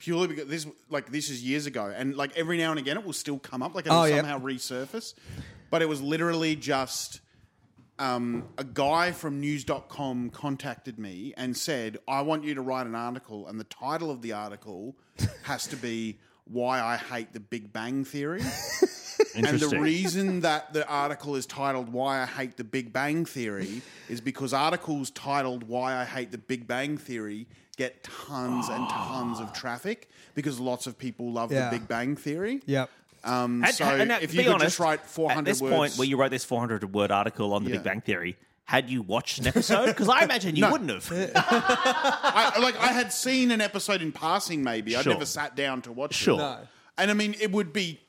Speaker 3: purely because this like this is years ago and like every now and again it will still come up like it will
Speaker 1: Oh, yeah.
Speaker 3: somehow resurface but it was literally just um, a guy from news.com contacted me and said I want you to write an article and the title of the article has to be why I hate the Big Bang Theory and the
Speaker 2: Interesting.
Speaker 3: reason that the article is titled Why I Hate the Big Bang Theory is because articles titled Why I Hate the Big Bang Theory get tons and tons of traffic because lots of people love
Speaker 1: Yeah.
Speaker 3: the Big Bang Theory.
Speaker 1: yep
Speaker 3: Um,
Speaker 2: And-
Speaker 3: so
Speaker 2: and now,
Speaker 3: if
Speaker 2: to
Speaker 3: you
Speaker 2: be
Speaker 3: could
Speaker 2: honest,
Speaker 3: just write 400
Speaker 2: at this
Speaker 3: words.
Speaker 2: point where you wrote this 400 word article on the
Speaker 3: Yeah.
Speaker 2: Big Bang Theory, had you watched an episode? Because I imagine you
Speaker 3: No.
Speaker 2: wouldn't have.
Speaker 3: I, like I had seen an episode in passing, maybe. I'd
Speaker 2: Sure.
Speaker 3: never sat down to watch
Speaker 2: Sure.
Speaker 3: it.
Speaker 2: No.
Speaker 3: And I mean, it would be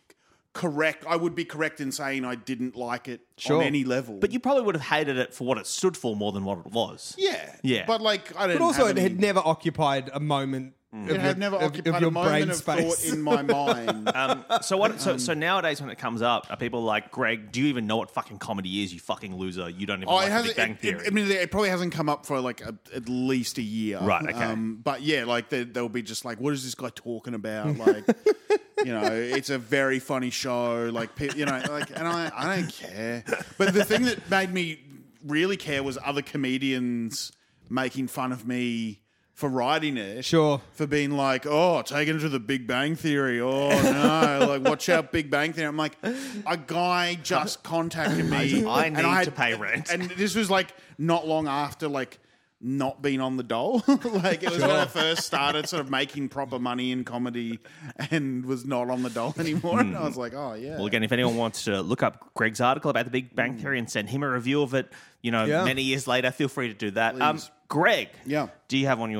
Speaker 3: correct. I would be correct in saying I didn't like it
Speaker 1: Sure.
Speaker 3: on any level.
Speaker 2: But you probably would have hated it for what it stood for more than what it was.
Speaker 3: yeah,
Speaker 2: Yeah.
Speaker 3: But like, I didn't.
Speaker 1: but also
Speaker 3: have
Speaker 1: it
Speaker 3: any- Mm.
Speaker 1: had never occupied a moment of
Speaker 3: It
Speaker 1: your-
Speaker 3: had never
Speaker 1: of- of
Speaker 3: occupied
Speaker 1: your
Speaker 3: a moment
Speaker 1: brain
Speaker 3: of
Speaker 1: space.
Speaker 3: thought in my mind.
Speaker 2: Um, so what? So, so nowadays when it comes up, are people like Greg? Do you even know what fucking comedy is? You fucking loser! You don't even
Speaker 3: Oh,
Speaker 2: like
Speaker 3: it
Speaker 2: the Big
Speaker 3: hasn't.
Speaker 2: Bang
Speaker 3: It,
Speaker 2: Theory.
Speaker 3: it, I mean, it probably hasn't come up for like a, at least a year, Um,
Speaker 2: Right, okay.
Speaker 3: but yeah, like they, they'll be just like, "What is this guy talking about?" Like, you know, it's a very funny show. Like, pe- you know, like, and I, I don't care. But the thing that made me really care was other comedians making fun of me. For writing it,
Speaker 1: Sure.
Speaker 3: for being like, oh, taking it to the Big Bang Theory. Oh no, like watch out, Big Bang Theory. I'm like, a guy just contacted me.
Speaker 2: I
Speaker 3: and
Speaker 2: need to pay rent.
Speaker 3: and this was like not long after like not being on the dole. like it was when I first started sort of making proper money in comedy and was not on the dole anymore. And I was like, oh yeah.
Speaker 2: Hmm. well, again, if anyone wants to look up Greg's article about the Big Bang Theory and send him a review of it, you know,
Speaker 1: Yeah.
Speaker 2: many years later, feel free to do that. Um,
Speaker 3: Please.
Speaker 2: Greg,
Speaker 3: Yeah.
Speaker 2: do you have on your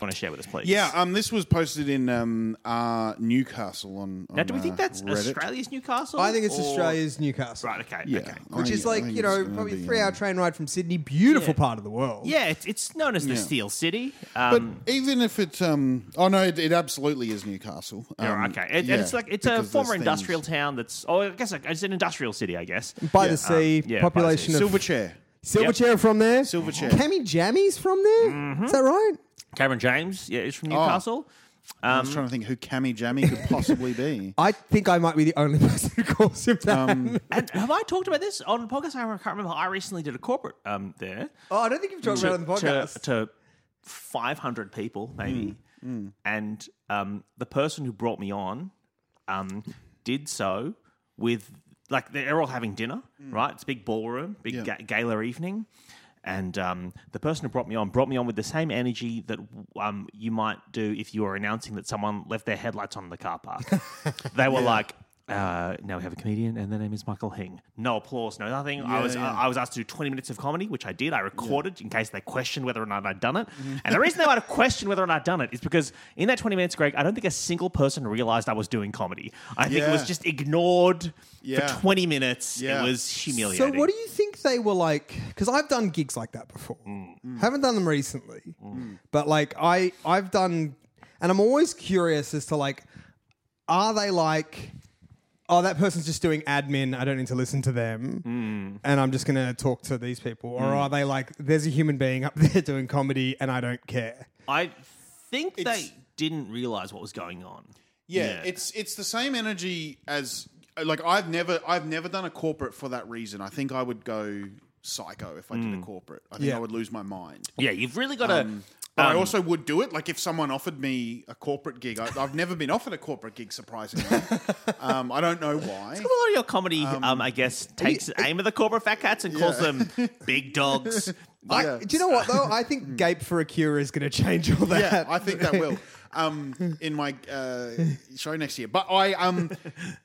Speaker 2: want to share with us, please?
Speaker 3: Yeah, um, this was posted in um, uh, Newcastle on.
Speaker 2: Now,
Speaker 3: on,
Speaker 2: do we think
Speaker 3: uh,
Speaker 2: that's
Speaker 3: Reddit.
Speaker 2: Australia's Newcastle?
Speaker 1: I think it's
Speaker 2: or-
Speaker 1: Australia's Newcastle.
Speaker 2: Right. Okay.
Speaker 3: Yeah,
Speaker 2: Okay.
Speaker 1: Which
Speaker 3: I-
Speaker 1: is
Speaker 3: I
Speaker 1: like,
Speaker 3: think
Speaker 1: you
Speaker 3: it's
Speaker 1: know,
Speaker 3: gonna
Speaker 1: probably
Speaker 3: be,
Speaker 1: three
Speaker 3: um,
Speaker 1: hour train ride from Sydney. Beautiful
Speaker 2: Yeah.
Speaker 1: part of the world.
Speaker 2: Yeah. It's, it's known as the Steel City.
Speaker 3: But
Speaker 2: Um,
Speaker 3: even if it, um, oh no, it, it absolutely is Newcastle.
Speaker 2: yeah,
Speaker 3: Um,
Speaker 2: okay. It,
Speaker 3: yeah,
Speaker 2: and it's like it's a
Speaker 3: because
Speaker 2: former
Speaker 3: there's
Speaker 2: industrial
Speaker 3: things-
Speaker 2: town that's. Oh, I guess it's an industrial city. I guess.
Speaker 1: By
Speaker 3: Yeah.
Speaker 1: the sea,
Speaker 2: Um, yeah, by the
Speaker 1: population
Speaker 2: sea.
Speaker 1: of
Speaker 3: Silverchair.
Speaker 1: Silverchair from there.
Speaker 3: Silverchair.
Speaker 1: Cammy Jammies from there.
Speaker 3: Mm-hmm.
Speaker 1: Is that right?
Speaker 2: Cameron James. Yeah, is from
Speaker 3: Oh.
Speaker 2: Newcastle.
Speaker 3: I
Speaker 2: Um,
Speaker 3: was trying to think who Cammy Jammy could possibly be.
Speaker 1: I think I might be the only person who calls him that.
Speaker 3: Um,
Speaker 2: And have I talked about this on the podcast? I can't remember. I recently did a corporate um, there.
Speaker 1: oh, I don't think you've talked about it on the podcast. Mm,
Speaker 2: to, to 500 people maybe and um, the person who brought me on um, did so with like they're all having dinner
Speaker 1: Mm.
Speaker 2: right it's a big ballroom big ga- gala evening and um, the person who brought me on brought me on with the same energy that um, you might do if you were announcing that someone left their headlights on in the car park they were like uh, now we have a comedian, and their name is Michael Hing. No applause, no nothing. I was I was asked to do twenty minutes of comedy, which I did. I recorded in case they questioned whether or not I'd done it. And the reason they might have questioned whether or not I'd done it is because in that twenty minutes, Greg, I don't think a single person realized I was doing comedy. I think it was
Speaker 3: Yeah.
Speaker 2: just ignored
Speaker 3: Yeah.
Speaker 2: for twenty minutes.
Speaker 3: Yeah.
Speaker 2: It was humiliating.
Speaker 1: So, what do you think they were like? Because I've done gigs like that before.
Speaker 3: Mm.
Speaker 1: Haven't done them recently, but like I, I've done, and I'm always curious as to like, are they like, oh, that person's just doing admin. I don't need to listen to them, and I'm just gonna talk to these people. Or are they like, there's a human being up there doing comedy, and I don't care.
Speaker 2: I think
Speaker 3: It's-
Speaker 2: they didn't realize what was going on.
Speaker 3: Yeah, it's it's the same energy as like I've never I've never done a corporate for that reason. I think I would go psycho if I
Speaker 2: Hmm.
Speaker 3: did a corporate. I think
Speaker 1: Yeah.
Speaker 3: I would lose my mind.
Speaker 2: yeah. You've really got to.
Speaker 3: But
Speaker 2: Um,
Speaker 3: I also would do it. Like if someone offered me a corporate gig, I, I've never been offered a corporate gig. Surprisingly, um, I don't know why.
Speaker 2: A lot of your comedy, um, I guess, takes aim at the corporate fat cats and calls them big dogs. Like,
Speaker 1: I, do you know what though? I think Gape for a Cure is gonna change all that.
Speaker 3: Mm. Yeah, I think that will. Um, in my uh, show next year, but I um,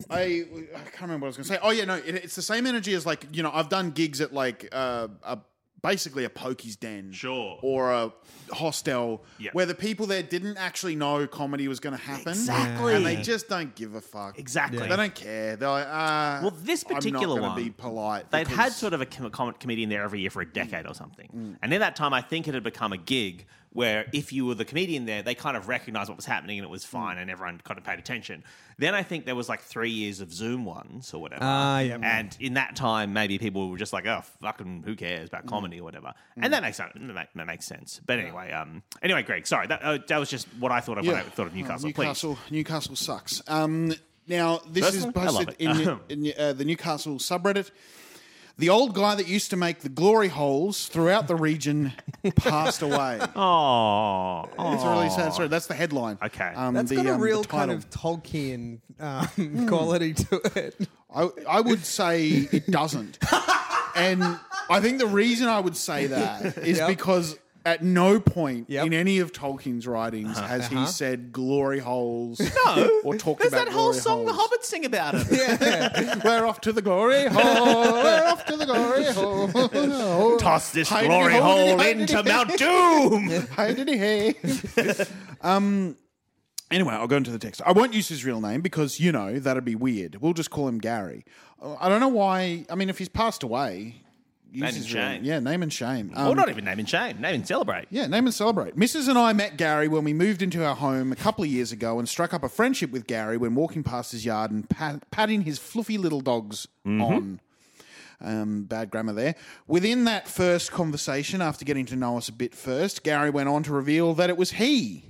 Speaker 3: I, I can't remember what I was going to say. Oh yeah, no, it, it's the same energy as like you know I've done gigs at like uh, a basically a pokies den,
Speaker 2: Sure.
Speaker 3: or a hostel
Speaker 2: Yeah.
Speaker 3: where the people there didn't actually know comedy was going to happen,
Speaker 2: Exactly.
Speaker 3: and they just don't give a fuck.
Speaker 2: Exactly.
Speaker 3: they don't care. They're like, uh,
Speaker 2: Well, this
Speaker 3: I'm
Speaker 2: particular
Speaker 3: not gonna
Speaker 2: one,
Speaker 3: be polite.
Speaker 2: They'd
Speaker 3: because- Mm.
Speaker 2: had sort of a com- com- comedian there every year for a decade or something. And in that time, I think it had become a gig where if you were the comedian there, they kind of recognized what was happening and it was fine
Speaker 3: Mm.
Speaker 2: and everyone kind of paid attention. Then I think there was like three years of Zoom ones or whatever.
Speaker 1: Ah, yeah.
Speaker 2: And in that time, maybe people were just like, oh, fucking who cares
Speaker 3: Mm.
Speaker 2: about comedy or whatever. And that makes, that ma- that makes sense. But anyway, um, anyway, Greg, sorry. That, uh, that was just what I thought of when I thought of
Speaker 3: Oh,
Speaker 2: Newcastle. Please.
Speaker 3: Newcastle, Newcastle sucks. Um, now this
Speaker 2: Personally, I
Speaker 3: is
Speaker 2: love
Speaker 3: posted in,
Speaker 2: it.
Speaker 3: New- in uh, the Newcastle subreddit. The old guy that used to make the glory holes throughout the region passed away.
Speaker 2: Oh,
Speaker 3: It's a really sad story. That's the headline.
Speaker 2: Okay.
Speaker 1: That's
Speaker 3: the,
Speaker 1: got a
Speaker 3: um, the
Speaker 1: real kind
Speaker 3: title. Mm.
Speaker 1: of Tolkien um, quality to it.
Speaker 3: I, I would say it doesn't. and I think the reason I would say that is
Speaker 1: Yep.
Speaker 3: because at no point
Speaker 1: Yep. Uh-huh.
Speaker 3: in any of Tolkien's writings
Speaker 2: Uh-huh.
Speaker 3: has he said glory holes or talked
Speaker 2: There's
Speaker 3: about
Speaker 2: that whole
Speaker 3: glory
Speaker 2: song the
Speaker 3: holes.
Speaker 2: Hobbits sing about it.
Speaker 3: We're off to the glory hole. We're off to the glory hole.
Speaker 2: Toss this
Speaker 3: Hidey
Speaker 2: glory
Speaker 3: hidey
Speaker 2: hole
Speaker 3: hidey
Speaker 2: into
Speaker 3: hidey.
Speaker 2: Mount Doom.
Speaker 3: Hidey hey. Um. Anyway, I'll go into the text. I won't use his real name because you know that'd be weird. We'll just call him Gary. Uh, I don't know why. I mean, if he's passed away, use
Speaker 2: Name
Speaker 3: his
Speaker 2: and
Speaker 3: real-
Speaker 2: shame.
Speaker 3: Yeah, name and shame. Um,
Speaker 2: Or not even name and shame, name and celebrate.
Speaker 3: Yeah, name and celebrate. Mrs. and I met Gary when we moved into our home a couple of years ago and struck up a friendship with Gary when walking past his yard and pat- patting his fluffy little dogs on. Um, bad grammar there. Within that first conversation, after getting to know us a bit first, Gary went on to reveal that it was he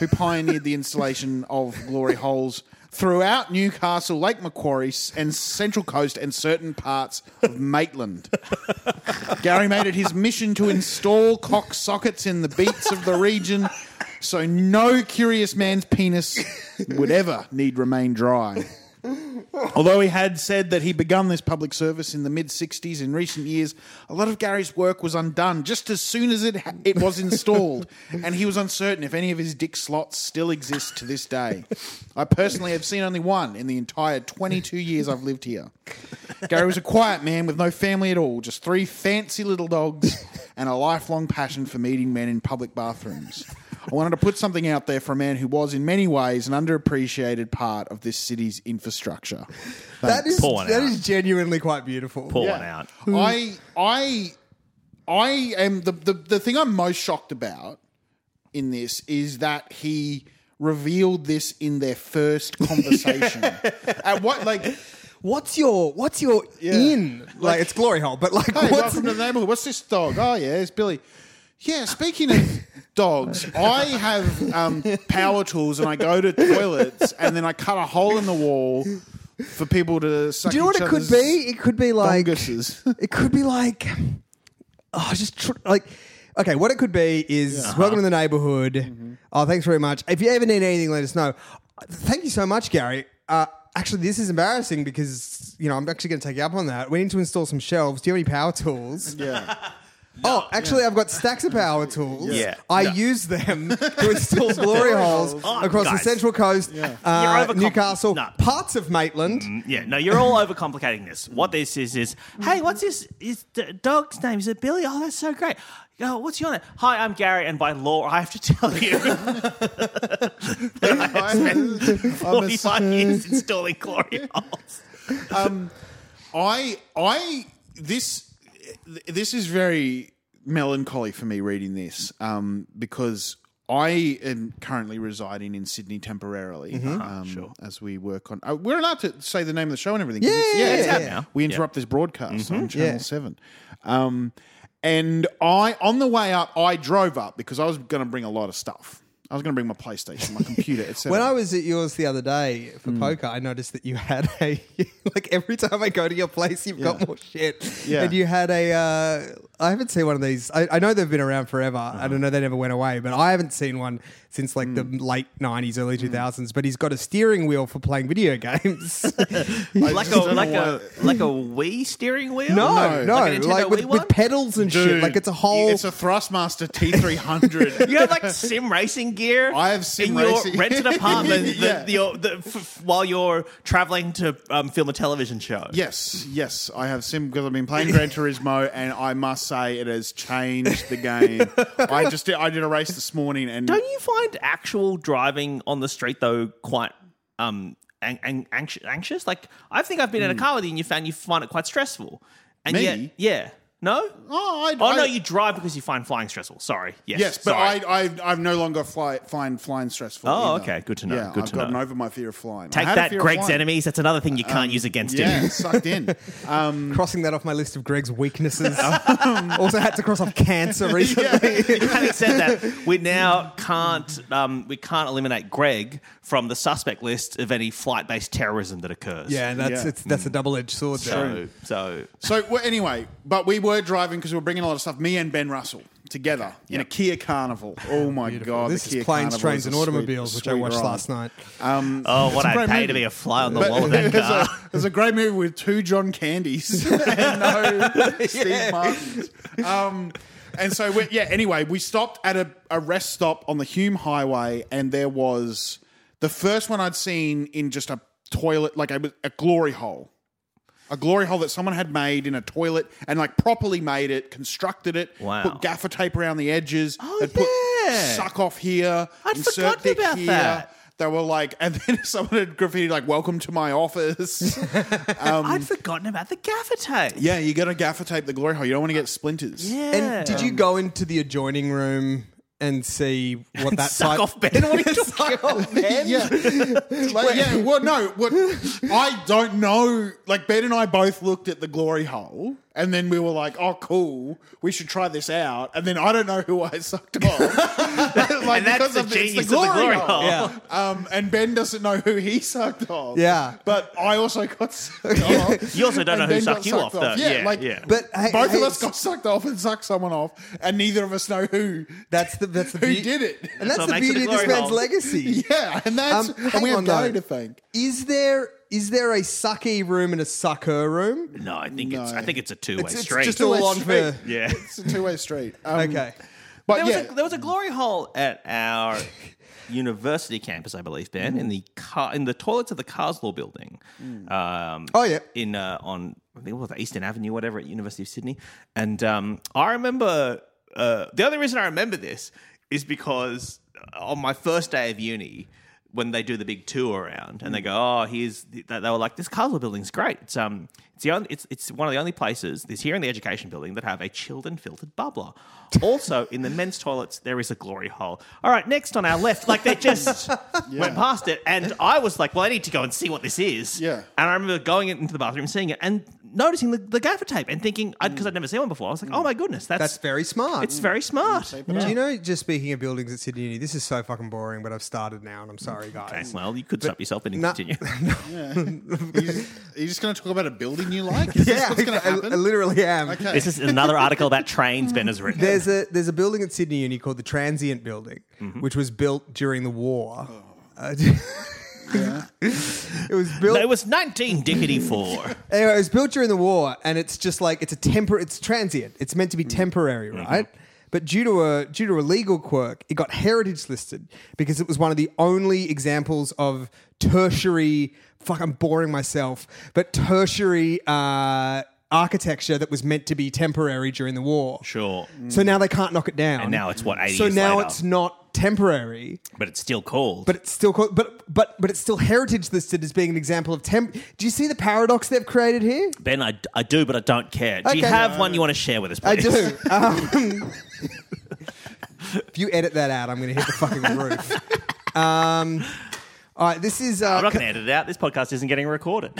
Speaker 3: who pioneered the installation of glory holes throughout Newcastle, Lake Macquarie, s- and Central Coast, and certain parts of Maitland. Gary made it his mission to install cock sockets in the beats of the region so no curious man's penis would ever need remain dry. Although he had said that he begun this public service in the mid 60s, in recent years, a lot of Gary's work was undone just as soon as it, ha- it was installed, and he was uncertain if any of his dick slots still exist to this day. I personally have seen only one in the entire 22 years I've lived here. Gary was a quiet man with no family at all, just three fancy little dogs and a lifelong passion for meeting men in public bathrooms. I wanted to put something out there for a man who was, in many ways, an underappreciated part of this city's infrastructure.
Speaker 1: That is
Speaker 2: Pour one
Speaker 1: that
Speaker 2: out.
Speaker 1: is genuinely quite beautiful.
Speaker 2: Pour one out.
Speaker 3: I I I am the, the the thing I'm most shocked about in this is that he revealed this in their first conversation. At what like hey,
Speaker 1: What's your what's your in? Like, it's glory hole, but like what's
Speaker 3: welcome to the neighborhood. What's this dog? Oh yeah, it's Billy. Yeah, speaking of dogs, I have um, power tools and I go to toilets and then I cut a hole in the wall for people to suck
Speaker 1: Do you know what
Speaker 3: each
Speaker 1: it could
Speaker 3: other's-
Speaker 1: be? It could be like
Speaker 3: funguses.
Speaker 1: it could be like oh, just tr- like okay. What it could be is welcome to the neighborhood.
Speaker 3: Mm-hmm.
Speaker 1: Oh, thanks very much. If you ever need anything, let us know. Thank you so much, Gary. Uh, actually, this is embarrassing because you know I'm actually going to take you up on that. We need to install some shelves. Do you have any power tools?
Speaker 3: Yeah.
Speaker 1: Oh, actually, I've got stacks of power tools.
Speaker 2: Yeah.
Speaker 1: I use them to install glory holes
Speaker 2: Oh,
Speaker 1: across the
Speaker 2: guys.
Speaker 1: Central Coast,
Speaker 2: You're
Speaker 1: uh,
Speaker 2: overcom-
Speaker 1: Newcastle,
Speaker 2: No.
Speaker 1: parts of Maitland.
Speaker 2: Yeah, no, you're all overcomplicating this. What this is is, hey, what's this? Is the dog's name? Is it Billy? Oh, that's so great. Oh, what's your name? Hi, I'm Gary, and by law, I have to tell you, forty-five years installing glory holes.
Speaker 3: Um, I I this this is very melancholy for me reading this um, because I am currently residing in Sydney temporarily
Speaker 1: Mm-hmm. Ah,
Speaker 3: um, as we work on. Uh, we're allowed to say the name of the show and everything. 'cause it's-
Speaker 1: Yeah, yeah,
Speaker 3: it's
Speaker 1: yeah, Mm-hmm.
Speaker 3: happening.
Speaker 2: yeah.
Speaker 3: We interrupt this broadcast on Channel
Speaker 1: Yeah.
Speaker 3: Seven. Um, and I on the way up, I drove up because I was going to bring a lot of stuff. I was going to bring my PlayStation, my computer, etc.
Speaker 1: When I was at yours the other day for
Speaker 2: Mm.
Speaker 1: poker, I noticed that you had a like every time I go to your place, you've got more shit.
Speaker 3: Yeah.
Speaker 1: And you had a. Uh, I haven't seen one of these. I, I know they've been around forever. and I
Speaker 2: Uh-huh.
Speaker 1: know they never went away, but I haven't seen one since like
Speaker 2: Mm.
Speaker 1: the late nineties, early two thousands. But he's got a steering wheel for playing video games.
Speaker 3: I
Speaker 2: Like
Speaker 3: just
Speaker 2: a
Speaker 3: don't know
Speaker 2: like
Speaker 3: why-
Speaker 2: a like a Wii steering wheel?
Speaker 1: no, no,
Speaker 2: Like
Speaker 1: like,
Speaker 2: a Nintendo
Speaker 1: with,
Speaker 2: Wii
Speaker 1: with
Speaker 2: one?
Speaker 1: pedals and shit.
Speaker 3: Dude,
Speaker 1: Like it's a whole.
Speaker 3: It's a Thrustmaster T300.
Speaker 2: You have like sim racing gear.
Speaker 3: I have sim
Speaker 2: in your
Speaker 3: racing-
Speaker 2: rented apartment the,
Speaker 3: Yeah.
Speaker 2: the, your- the, f- f- while you're traveling to um, film a television show.
Speaker 3: Yes, yes, I have sim because I've been playing Gran Turismo, and I must say it has changed the game. I just did, I did a race this morning, and
Speaker 2: Don't you find actual driving on the street though quite um an- an- anx- anxious? Like I think I've been in a car with you and you found you find it quite stressful. And
Speaker 3: Mm. Me?
Speaker 2: yet- yeah. No?
Speaker 3: Oh, I-
Speaker 2: oh no,
Speaker 3: I-
Speaker 2: you drive because you find flying stressful. Sorry. Yes.
Speaker 3: yes, but
Speaker 2: sorry.
Speaker 3: I, I I've no longer fly, find flying stressful.
Speaker 2: Oh,
Speaker 3: either.
Speaker 2: okay, good to know,
Speaker 3: Yeah,
Speaker 2: good
Speaker 3: I've
Speaker 2: to
Speaker 3: gotten
Speaker 2: know.
Speaker 3: over my fear of flying. I
Speaker 2: Take
Speaker 3: had a
Speaker 2: that,
Speaker 3: fear of
Speaker 2: Greg's
Speaker 3: flying. Um,
Speaker 2: enemies. That's another thing you can't use against
Speaker 3: Yeah,
Speaker 2: him.
Speaker 3: sucked in. Um,
Speaker 1: crossing that off my list of Greg's weaknesses. also had to cross off cancer recently.
Speaker 2: Having said that, we now can't um, we can't eliminate Greg from the suspect list of any flight-based terrorism that occurs.
Speaker 1: Yeah, and that's
Speaker 3: Yeah.
Speaker 1: it's that's a double edged sword. though.
Speaker 2: So, so
Speaker 3: so well, anyway, but we were driving because we were bringing a lot of stuff. Me and Ben Russell together in a Kia Carnival. Oh my god,
Speaker 1: this
Speaker 3: the Kia
Speaker 1: is planes,
Speaker 3: Carnival
Speaker 1: trains,
Speaker 3: a
Speaker 1: and
Speaker 3: sweet-
Speaker 1: automobiles, which I
Speaker 3: sweet
Speaker 1: watched
Speaker 3: ride.
Speaker 1: last night.
Speaker 2: oh, what
Speaker 3: great
Speaker 2: I'd pay
Speaker 3: movie.
Speaker 2: to be a fly on the
Speaker 3: But
Speaker 2: wall of that
Speaker 3: there's,
Speaker 2: car.
Speaker 3: a, there's a great movie with two John Candies and no Steve Martins. Um, and so, we, yeah, anyway, we stopped at a, a rest stop on the Hume Highway, and there was the first one I'd seen in just a toilet, like a, a glory hole. A glory hole that someone had made in a toilet and like properly made it, constructed it,
Speaker 2: Wow.
Speaker 3: put gaffer tape around the edges, oh,
Speaker 2: yeah.
Speaker 3: put suck off here,
Speaker 2: I'd
Speaker 3: insert
Speaker 2: forgotten
Speaker 3: dick
Speaker 2: about
Speaker 3: here.
Speaker 2: that.
Speaker 3: They were like, and then someone had graffiti like, "Welcome to my office." Um,
Speaker 2: I'd forgotten about the gaffer tape.
Speaker 3: yeah, you got to gaffer tape the glory hole. You don't want to get splinters.
Speaker 2: Yeah.
Speaker 1: And did you go into the adjoining room and see what that
Speaker 2: suck
Speaker 1: site-
Speaker 2: off Ben? What are you
Speaker 1: Suck off Ben?
Speaker 3: Yeah, like, yeah. Well, no, what I don't know. Like Ben and I both looked at the glory hole, and then we were like, "Oh, cool, we should try this out." And then I don't know who I sucked off. like
Speaker 2: and that's the
Speaker 3: of it's
Speaker 2: genius of the glory hole.
Speaker 1: Yeah.
Speaker 3: Um, and Ben doesn't know who he sucked off.
Speaker 1: Yeah.
Speaker 3: but I also got sucked off.
Speaker 2: You also don't
Speaker 3: And
Speaker 2: know who
Speaker 3: Ben
Speaker 2: sucked
Speaker 3: got
Speaker 2: you
Speaker 3: sucked
Speaker 2: off, though. Yeah, yeah.
Speaker 3: like
Speaker 1: But hey,
Speaker 3: both
Speaker 1: hey,
Speaker 3: of us got sucked off and sucked someone off, and neither of us know who.
Speaker 1: That's the that's the
Speaker 3: who
Speaker 1: beauty-
Speaker 3: did it.
Speaker 1: and that's
Speaker 2: what
Speaker 1: the
Speaker 2: makes it a
Speaker 1: beauty of this
Speaker 2: glory
Speaker 1: man's
Speaker 2: hole.
Speaker 1: legacy.
Speaker 3: yeah, and that's
Speaker 1: Um,
Speaker 3: and
Speaker 1: hang
Speaker 3: we have
Speaker 1: on,
Speaker 3: Gary
Speaker 1: though.
Speaker 3: to thank.
Speaker 1: Is there is there a sucky room and a sucker room?
Speaker 2: No, I think it's I think it's a two way
Speaker 1: It's- it's
Speaker 2: street.
Speaker 1: just all on for
Speaker 3: Straight.
Speaker 2: yeah.
Speaker 3: It's a two way street. Um,
Speaker 1: okay.
Speaker 3: But
Speaker 2: There was,
Speaker 3: yeah,
Speaker 2: a, there was a glory hole at our university campus, I believe, Ben,
Speaker 1: Mm.
Speaker 2: in the car in the toilets of the Carslaw building. Um,
Speaker 1: Oh yeah.
Speaker 2: in uh, on I think it was Eastern Avenue, whatever, at University of Sydney. And um, I remember uh, the only reason I remember this is because on my first day of uni, when they do the big tour around, and they go, "Oh, here's," the-" they they were like, "This Castle building's great. It's um, it's the only, it's it's one of the only places this here in the education building that have a chilled and filtered bubbler. also, in the men's toilets, there is a glory hole. All right, next on our left, like they just went past it, and I was like, "Well, I need to go and see what this is."
Speaker 3: Yeah.
Speaker 2: And I remember going into the bathroom, seeing it, and noticing the, the gaffer tape, and thinking because I'd never seen one before. I was like, "Oh my goodness, that's
Speaker 1: That's very smart.
Speaker 2: it's very smart."
Speaker 1: Do you know, just speaking of buildings at Sydney Uni, this is so fucking boring, but I've started now and I'm sorry,
Speaker 2: Okay,
Speaker 1: guys.
Speaker 2: well, you could stop yourself and
Speaker 1: No-
Speaker 2: continue.
Speaker 3: are you, are you just going to talk about a building you like? Is this what's going to
Speaker 1: I, I
Speaker 3: happen?
Speaker 1: literally am.
Speaker 3: Okay.
Speaker 2: this is another article about trains Ben has written.
Speaker 1: There's a there's a building at Sydney Uni called the Transient Building,
Speaker 3: Mm-hmm.
Speaker 1: which was built during the war.
Speaker 3: Oh.
Speaker 1: Uh, it was built.
Speaker 2: it was 19 Dickety 4.
Speaker 1: Anyway, it was built during the war, and it's just like it's a temper. It's transient. It's meant to be
Speaker 2: Mm-hmm.
Speaker 1: temporary, right? But due to a due to a legal quirk, it got heritage listed because it was one of the only examples of tertiary. Fuck, I'm boring myself. But tertiary uh, architecture that was meant to be temporary during the war.
Speaker 2: Sure.
Speaker 1: So now they can't knock it down.
Speaker 2: And now it's, what, 80
Speaker 1: So
Speaker 2: years
Speaker 1: now
Speaker 2: later?
Speaker 1: it's not temporary,
Speaker 2: But it's still called.
Speaker 1: but it's still called, but but but it's still heritage listed as being an example of temp. Do you see the paradox they've created here?
Speaker 2: ben, I, I do, but I don't care. Do you
Speaker 1: Okay.
Speaker 2: have one you want to share with us, please?
Speaker 1: I do. Um, if you edit that out, I'm going to hit the fucking roof. Um, all right, this is. Uh,
Speaker 2: I'm not
Speaker 1: ca-
Speaker 2: going to edit it out. This podcast isn't getting recorded.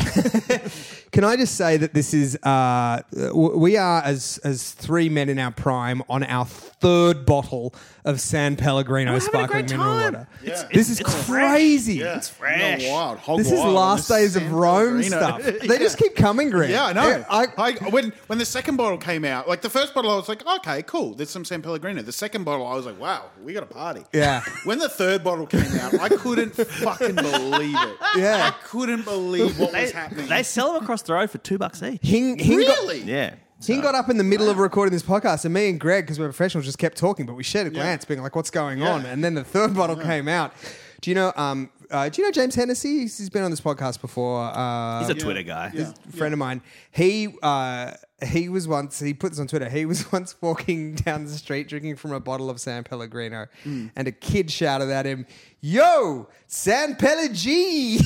Speaker 1: Can I just say that this is uh, w- we are as as three men in our prime on our third bottle of San Pellegrino
Speaker 2: We're having a
Speaker 1: sparkling
Speaker 2: great
Speaker 1: mineral
Speaker 2: time.
Speaker 1: water.
Speaker 3: Yeah.
Speaker 1: This is
Speaker 2: It's- it's fresh.
Speaker 1: crazy.
Speaker 2: It's fresh.
Speaker 3: No, wild. Hog
Speaker 1: This is
Speaker 3: wild.
Speaker 1: last
Speaker 3: This
Speaker 1: days of
Speaker 3: San
Speaker 1: Rome
Speaker 3: Pellegrino.
Speaker 1: stuff. They just keep coming, Greg.
Speaker 3: Yeah, I know.
Speaker 1: I,
Speaker 3: I, when when the second bottle came out, like the first bottle, I was like, okay, cool. There's some San Pellegrino. The second bottle, I was like, wow, we got a party.
Speaker 1: Yeah.
Speaker 3: When the third bottle came out, I couldn't fucking believe it.
Speaker 1: Yeah.
Speaker 3: I couldn't believe what was
Speaker 2: they,
Speaker 3: happening.
Speaker 2: they sell them across the road for two bucks each.
Speaker 1: Hing, Hing got-
Speaker 3: really?
Speaker 2: Yeah.
Speaker 1: Ting got up in the middle of recording this podcast, and me and Greg, because we're professionals, just kept talking, but we shared a glance, being like, "What's going on?" And then the third bottle came out. Do you know? Um, uh, do you know James Hennessy? He's, he's been on this podcast before. Uh,
Speaker 2: He's a Twitter guy.
Speaker 1: a friend of mine. He uh, he was once. He put this on Twitter. He was once walking down the street drinking from a bottle of San Pellegrino, and a kid shouted at him, "Yo, San Pellegrino!"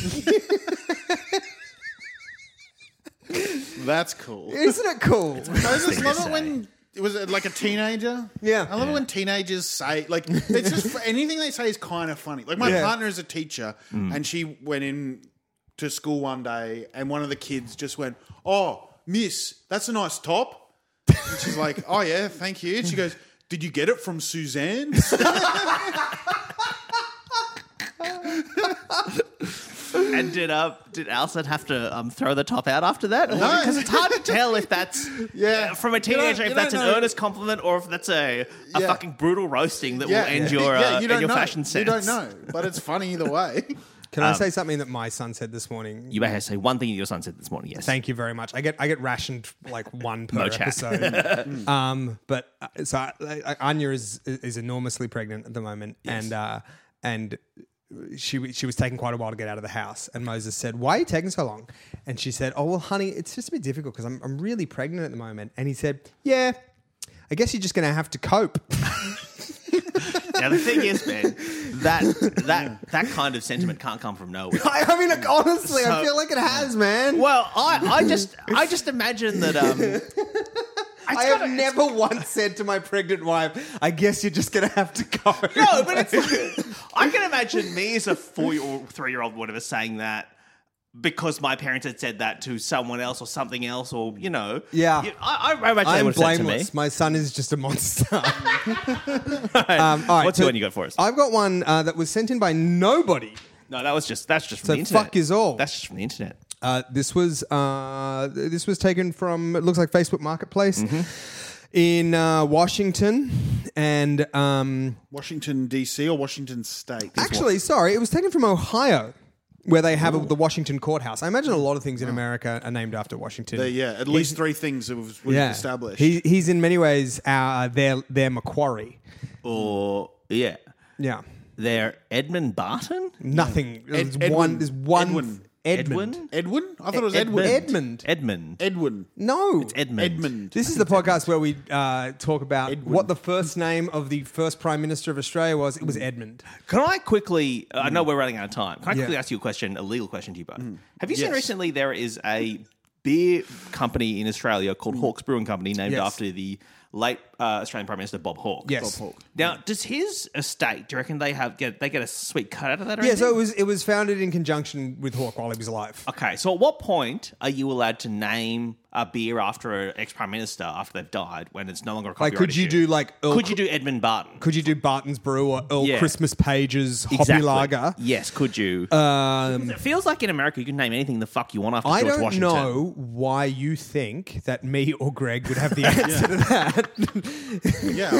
Speaker 3: That's cool.
Speaker 1: Isn't it cool?
Speaker 3: I just
Speaker 2: thing
Speaker 3: love
Speaker 2: to
Speaker 3: it when it was it like a teenager.
Speaker 1: Yeah.
Speaker 3: I love it when teenagers say like it's just anything they say is kind of funny. Like my
Speaker 1: Yeah.
Speaker 3: partner is a teacher,
Speaker 2: Mm.
Speaker 3: and she went in to school one day, and one of the kids just went, "Oh, miss, that's a nice top." And she's like, "Oh yeah, thank you." And she goes, "Did you get it from Suzanne?"
Speaker 2: And did uh, did Alison have to um, throw the top out after that? Because it's hard to tell if that's
Speaker 3: Yeah.
Speaker 2: uh, from a teenager
Speaker 3: don't-
Speaker 2: if
Speaker 3: you
Speaker 2: that's an
Speaker 3: don't know.
Speaker 2: earnest compliment or if that's a, a
Speaker 3: Yeah.
Speaker 2: fucking brutal roasting that will end your uh, end your
Speaker 3: know.
Speaker 2: fashion sense.
Speaker 3: You don't know, but it's funny either way.
Speaker 1: Can I say something that my son said this morning?
Speaker 2: You may have to say one thing your son said this morning. Yes.
Speaker 1: Thank you very much. I get I get rationed like one per
Speaker 2: No chat. Mm.
Speaker 1: episode. um, but uh, so I, I, Anya is is enormously pregnant at the moment, and uh, and she w- she was taking quite a while to get out of the house. And Moses said, "Why are you taking so long?" And she said, "Oh well, honey, it's just a bit difficult because I'm I'm really pregnant at the moment." And he said, "Yeah." I guess you're just going to have to cope.
Speaker 2: Now the thing is, Ben, that that that kind of sentiment can't come from nowhere.
Speaker 1: I, I mean, like, honestly, I
Speaker 2: So-
Speaker 1: feel like it has, man.
Speaker 2: Well, I, I just I just imagine that um, it's
Speaker 1: I
Speaker 2: gotta-
Speaker 1: have never once said to my pregnant wife, "I guess you're just going to have to cope."
Speaker 2: No, but it's like, I can imagine me as a four or three year old whatever saying that because my parents had said that to someone else or something else or you know
Speaker 1: Yeah.
Speaker 2: You- I, I imagine they
Speaker 1: I'm
Speaker 2: would have said to me.
Speaker 1: blameless. My son is just a monster. um,
Speaker 2: What's the one you got for us?
Speaker 1: I've got one uh, that was sent in by nobody.
Speaker 2: no, that was just that's just from
Speaker 1: So
Speaker 2: the internet.
Speaker 1: fuck is all.
Speaker 2: That's just from the internet.
Speaker 1: Uh, this was uh, th- this was taken from it looks like Facebook Marketplace
Speaker 2: Mm-hmm.
Speaker 1: in uh, Washington, and um,
Speaker 3: Washington D.C. or Washington State.
Speaker 1: actually, sorry, it was taken from Ohio. where they have a, the Washington courthouse. I imagine a lot of things in America are named after Washington.
Speaker 3: But yeah, at least three things that was, was established.
Speaker 1: He, he's in many ways our, their their Macquarie.
Speaker 2: Or yeah,
Speaker 1: Yeah,
Speaker 2: they're Edmund Barton,
Speaker 1: nothing. there's
Speaker 3: Edwin-
Speaker 1: one. There's one.
Speaker 3: Edwin.
Speaker 1: Edmund.
Speaker 2: Edwin,
Speaker 3: Edwin? I thought it was
Speaker 1: Edmund.
Speaker 3: Edwin.
Speaker 1: Edmund.
Speaker 2: Edmund,
Speaker 3: Edwin.
Speaker 1: No.
Speaker 2: Edmund,
Speaker 3: Edmund.
Speaker 1: This is the podcast where we uh, talk about what the first name of the first Prime Minister of Australia was. It was Edmund.
Speaker 2: Can I quickly? uh, I know we're running out of time. Can
Speaker 1: Mm. Yeah.
Speaker 2: I
Speaker 1: Mm-hmm.
Speaker 2: quickly ask you a question, a legal question to you both? Have you seen
Speaker 3: Yes.
Speaker 2: recently there is a beer company in Australia called Hawke's Brewing Company, named
Speaker 1: Mm. Yes.
Speaker 2: after the late uh, Australian Prime Minister Bob Hawke?
Speaker 1: Yes. Bob Hawke.
Speaker 2: Now, does his estate? Do you reckon they have get they get a sweet cut out of that? Or
Speaker 1: Yeah, so
Speaker 2: anything?
Speaker 1: it was it was founded in conjunction with Hawke while he was alive.
Speaker 2: Okay, so at what point are you allowed to name a beer after an ex prime minister after they've died when it's no longer a
Speaker 1: Like,
Speaker 2: copyright
Speaker 1: could you
Speaker 2: issue?
Speaker 1: do like Earl
Speaker 2: could you do Edmund Barton?
Speaker 1: could you do Barton's Brew or Earl
Speaker 2: Yeah.
Speaker 1: Christmas Page's Hoppy Lager? Um,
Speaker 2: Yes, could you? it feels like in America you can name anything the fuck you want after
Speaker 1: I
Speaker 2: George
Speaker 1: don't
Speaker 2: Washington.
Speaker 1: know why you think that me or Greg would have the answer to that.
Speaker 3: Yeah.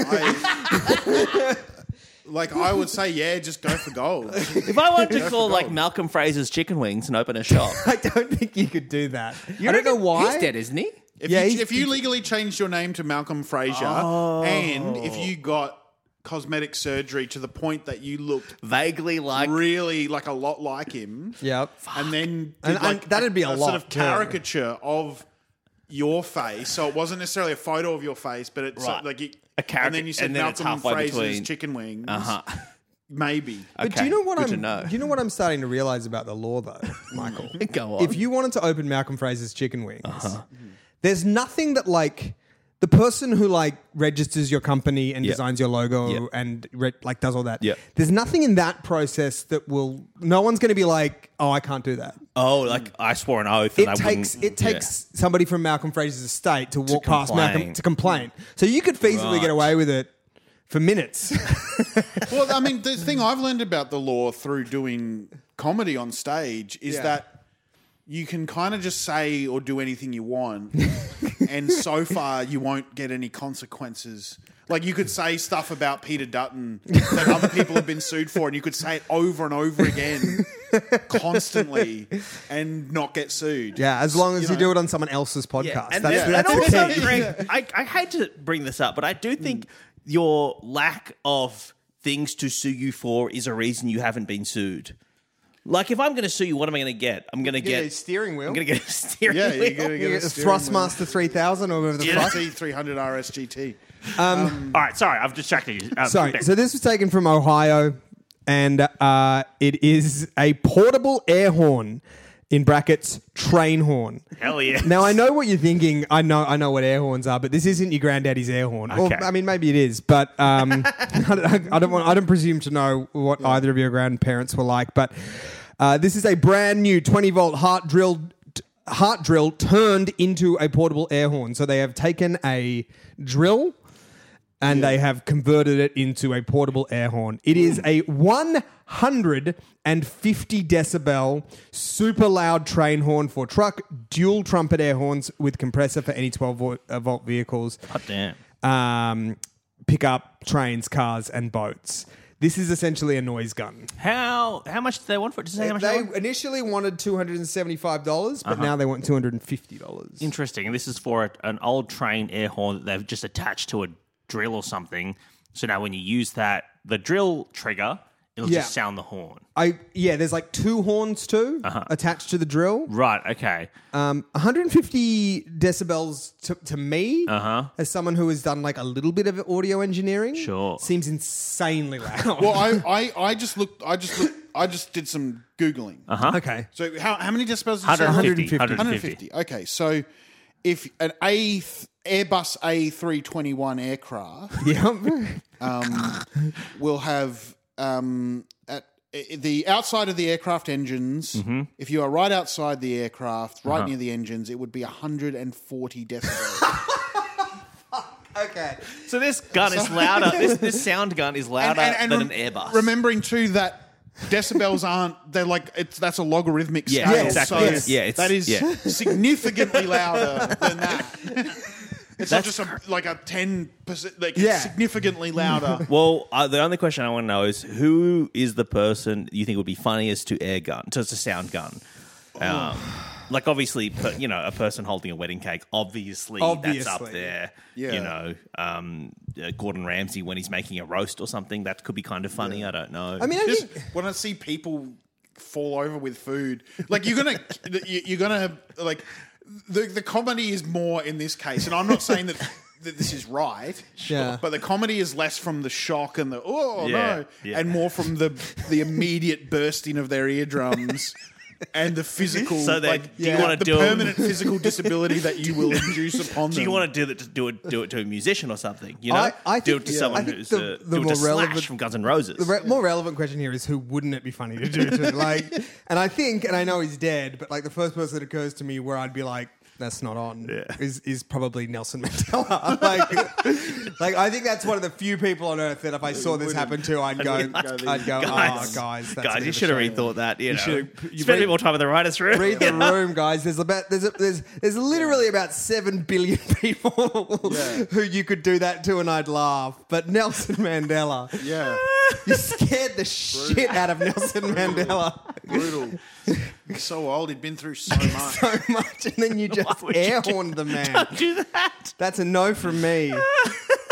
Speaker 3: I- like, I would say, yeah, just go for gold.
Speaker 2: If I wanted to call like Malcolm Fraser's chicken wings and open a shop,
Speaker 1: I don't think you could do that. I don't know why.
Speaker 4: He's dead, isn't he?
Speaker 3: If,
Speaker 1: Yeah,
Speaker 3: you,
Speaker 1: he's-
Speaker 3: if you legally changed your name to Malcolm Fraser and if you got cosmetic surgery to the point that you looked
Speaker 4: Vaguely like
Speaker 3: really like a lot like him,
Speaker 1: Yep.
Speaker 3: and then did
Speaker 1: And- and
Speaker 3: like
Speaker 1: that'd be a lot,
Speaker 3: sort of
Speaker 1: yeah.
Speaker 3: caricature of your face. So it wasn't necessarily a photo of your face, but it's
Speaker 2: Right.
Speaker 3: like it,
Speaker 2: A caric-
Speaker 3: And then you said
Speaker 2: and then it's
Speaker 3: Malcolm
Speaker 2: halfway
Speaker 3: Fraser's
Speaker 2: between-
Speaker 3: chicken wings. Uh-huh. Maybe.
Speaker 1: But do you know what
Speaker 4: good to
Speaker 1: I'm?
Speaker 4: know.
Speaker 1: Do you know what I'm starting to realize about the law, though, Michael?
Speaker 4: Go on.
Speaker 1: If you wanted to open Malcolm Fraser's chicken wings, there's nothing that like the person who like registers your company and designs your logo and re- like does all that.
Speaker 4: Yeah.
Speaker 1: There's nothing in that process that will. No one's going to be like, oh, I can't do that.
Speaker 2: oh, like I swore an oath.
Speaker 1: It
Speaker 2: and
Speaker 1: takes
Speaker 2: I wouldn't-
Speaker 1: it takes somebody from Malcolm Fraser's estate to walk past Malcolm
Speaker 2: complain.
Speaker 1: to complain. So you could feasibly get away with it for minutes.
Speaker 3: well, I mean, the thing I've learned about the law through doing comedy on stage is
Speaker 1: Yeah.
Speaker 3: that you can kind of just say or do anything you want, and so far you won't get any consequences. Like you could say stuff about Peter Dutton that other people have been sued for, and you could say it over and over again, constantly, and not get sued.
Speaker 1: yeah, as long as you,
Speaker 3: know.
Speaker 1: do it on someone else's podcast.
Speaker 2: Yeah,
Speaker 1: that's
Speaker 2: and,
Speaker 1: that's
Speaker 2: and
Speaker 1: the key.
Speaker 2: also, Greg, I, I hate to bring this up, but I do think your lack of things to sue you for is a reason you haven't been sued. Like, if I'm going to sue you, what am I going to get? I'm going to
Speaker 1: Yeah,
Speaker 2: get
Speaker 1: steering wheel.
Speaker 2: I'm going to get a steering
Speaker 3: Yeah,
Speaker 2: wheel.
Speaker 3: you're gonna
Speaker 1: You
Speaker 3: get a
Speaker 1: get the Thrustmaster 3000 or whatever the fuck.
Speaker 3: T three hundred RSGT.
Speaker 2: All right, sorry, I've distracted you. Um,
Speaker 1: Sorry. So this was taken from Ohio, and uh, it is a portable air horn. In brackets, train horn.
Speaker 2: Hell yeah.
Speaker 1: Now I know what you're thinking. I know I know what air horns are, but this isn't your granddaddy's air horn.
Speaker 2: Okay.
Speaker 1: Or, I mean, maybe it is, but um, I, don't, I don't want. I don't presume to know what either of your grandparents were like. But uh, this is a brand new 20 volt heart drilled heart drill turned into a portable air horn. So they have taken a drill and they have converted it into a portable air horn. It is a 150 decibel super loud train horn for truck, dual trumpet air horns with compressor for any 12 volt, uh, volt vehicles,
Speaker 2: God damn.
Speaker 1: um, pickup, trains, cars, and boats. This is essentially a noise gun.
Speaker 2: How how much do they want for it? Does it say how much they
Speaker 1: They
Speaker 2: want?
Speaker 1: initially wanted $275, but now they want $250.
Speaker 2: Interesting. And this is for a, an old train air horn that they've just attached to a drill or something. So now when you use that, the drill trigger, it'll
Speaker 1: Yeah.
Speaker 2: just sound the horn.
Speaker 1: I yeah, there's like two horns too attached to the drill.
Speaker 2: Right. Okay.
Speaker 1: Um, 150 decibels to, to me, uh-huh. as someone who has done like a little bit of audio engineering,
Speaker 2: Sure.
Speaker 1: seems insanely loud.
Speaker 3: Well, I, I, I just looked. I just looked. I just did some googling.
Speaker 1: okay,
Speaker 3: So how, how many decibels? Is
Speaker 2: 150.
Speaker 3: 150. Okay, so if an A Airbus A321 aircraft
Speaker 1: yeah,
Speaker 3: will have um, at i- the outside of the aircraft engines, if you are right outside the aircraft, right near the engines, it would be 140 decibels.
Speaker 1: okay.
Speaker 2: So this gun is louder. this, this sound gun is louder than
Speaker 3: rem-
Speaker 2: an Airbus.
Speaker 3: Remembering too that. Decibels aren't they're like it's that's a logarithmic
Speaker 4: Yeah,
Speaker 3: scale.
Speaker 1: exactly.
Speaker 3: So
Speaker 1: Yes.
Speaker 4: Yeah, it's-
Speaker 3: that is
Speaker 4: yeah.
Speaker 3: significantly louder than that. It's
Speaker 5: That's
Speaker 3: not just a, like a ten percent, like
Speaker 1: Yeah.
Speaker 3: it's significantly louder.
Speaker 2: Well, uh, the only question I want to know is who is the person you think would be funniest to air gun, to, to sound gun? Um, like, obviously, per, you know, a person holding a wedding cake, obviously, that's up
Speaker 1: Obviously.
Speaker 2: there.
Speaker 3: Yeah.
Speaker 2: You know, um, uh, Gordon Ramsay when he's making a roast or something, that could be kind of funny. I don't know.
Speaker 1: I mean, I
Speaker 3: just
Speaker 1: think
Speaker 3: when I see people fall over with food, like you're gonna, you- you're gonna have like the the comedy is more in this case, and I'm not saying that. That this is right,
Speaker 1: Sure.
Speaker 3: but the comedy is less from the shock and the oh
Speaker 2: Yeah,
Speaker 3: no,
Speaker 2: yeah.
Speaker 3: and more from the the immediate bursting of their eardrums and the physical,
Speaker 2: So they-
Speaker 3: like
Speaker 2: do you
Speaker 3: the-
Speaker 2: wanna
Speaker 3: the
Speaker 2: do 'em-
Speaker 3: permanent physical disability that you will induce upon them.
Speaker 2: do you want to do that? To do it, do it to a musician or something. You know,
Speaker 1: I- I
Speaker 2: do
Speaker 1: think-
Speaker 2: it to
Speaker 1: yeah. I
Speaker 2: someone
Speaker 1: think
Speaker 2: who's
Speaker 1: the-
Speaker 2: uh,
Speaker 1: the
Speaker 2: do it
Speaker 1: more
Speaker 2: to
Speaker 1: relevant-
Speaker 2: Slash from Guns N' Roses.
Speaker 1: the re- more relevant question here is who wouldn't it be funny to do to? Like, and I think, and I know he's dead, but like the first person that occurs to me where I'd be like, that's not on, is, is probably Nelson Mandela. like, like, I think that's one of the few people on earth that if I saw this happen to, I'd go, I'd go,
Speaker 2: guys,
Speaker 1: oh, guys, that's a
Speaker 2: guys,
Speaker 1: bit of
Speaker 2: you
Speaker 1: a
Speaker 2: should have
Speaker 1: shame."
Speaker 2: rethought that. You, know,
Speaker 1: should've- you
Speaker 2: spend a
Speaker 1: read-
Speaker 2: bit more time in the writers' room.
Speaker 1: Read the room, guys. There's about there's a, there's there's literally about seven billion people who you could do that to, and I'd laugh. But Nelson Mandela,
Speaker 3: yeah,
Speaker 1: you scared the shit out of Nelson Mandela
Speaker 3: brutal. He's so old, he'd been through so much.
Speaker 1: so much, and then you just
Speaker 2: would you do-
Speaker 1: airhorned the man.
Speaker 2: do that.
Speaker 1: That's a no from me.